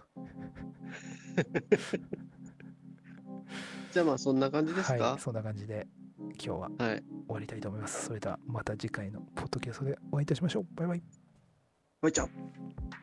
Speaker 2: じゃあまあそんな感じです
Speaker 1: は
Speaker 2: か
Speaker 1: い、そんな感じで今日は
Speaker 2: はい。
Speaker 1: 終わりたいと思います。それではまた次回のポッドキャストでお会いいたしましょう。バイバイ。
Speaker 2: はい、じゃあ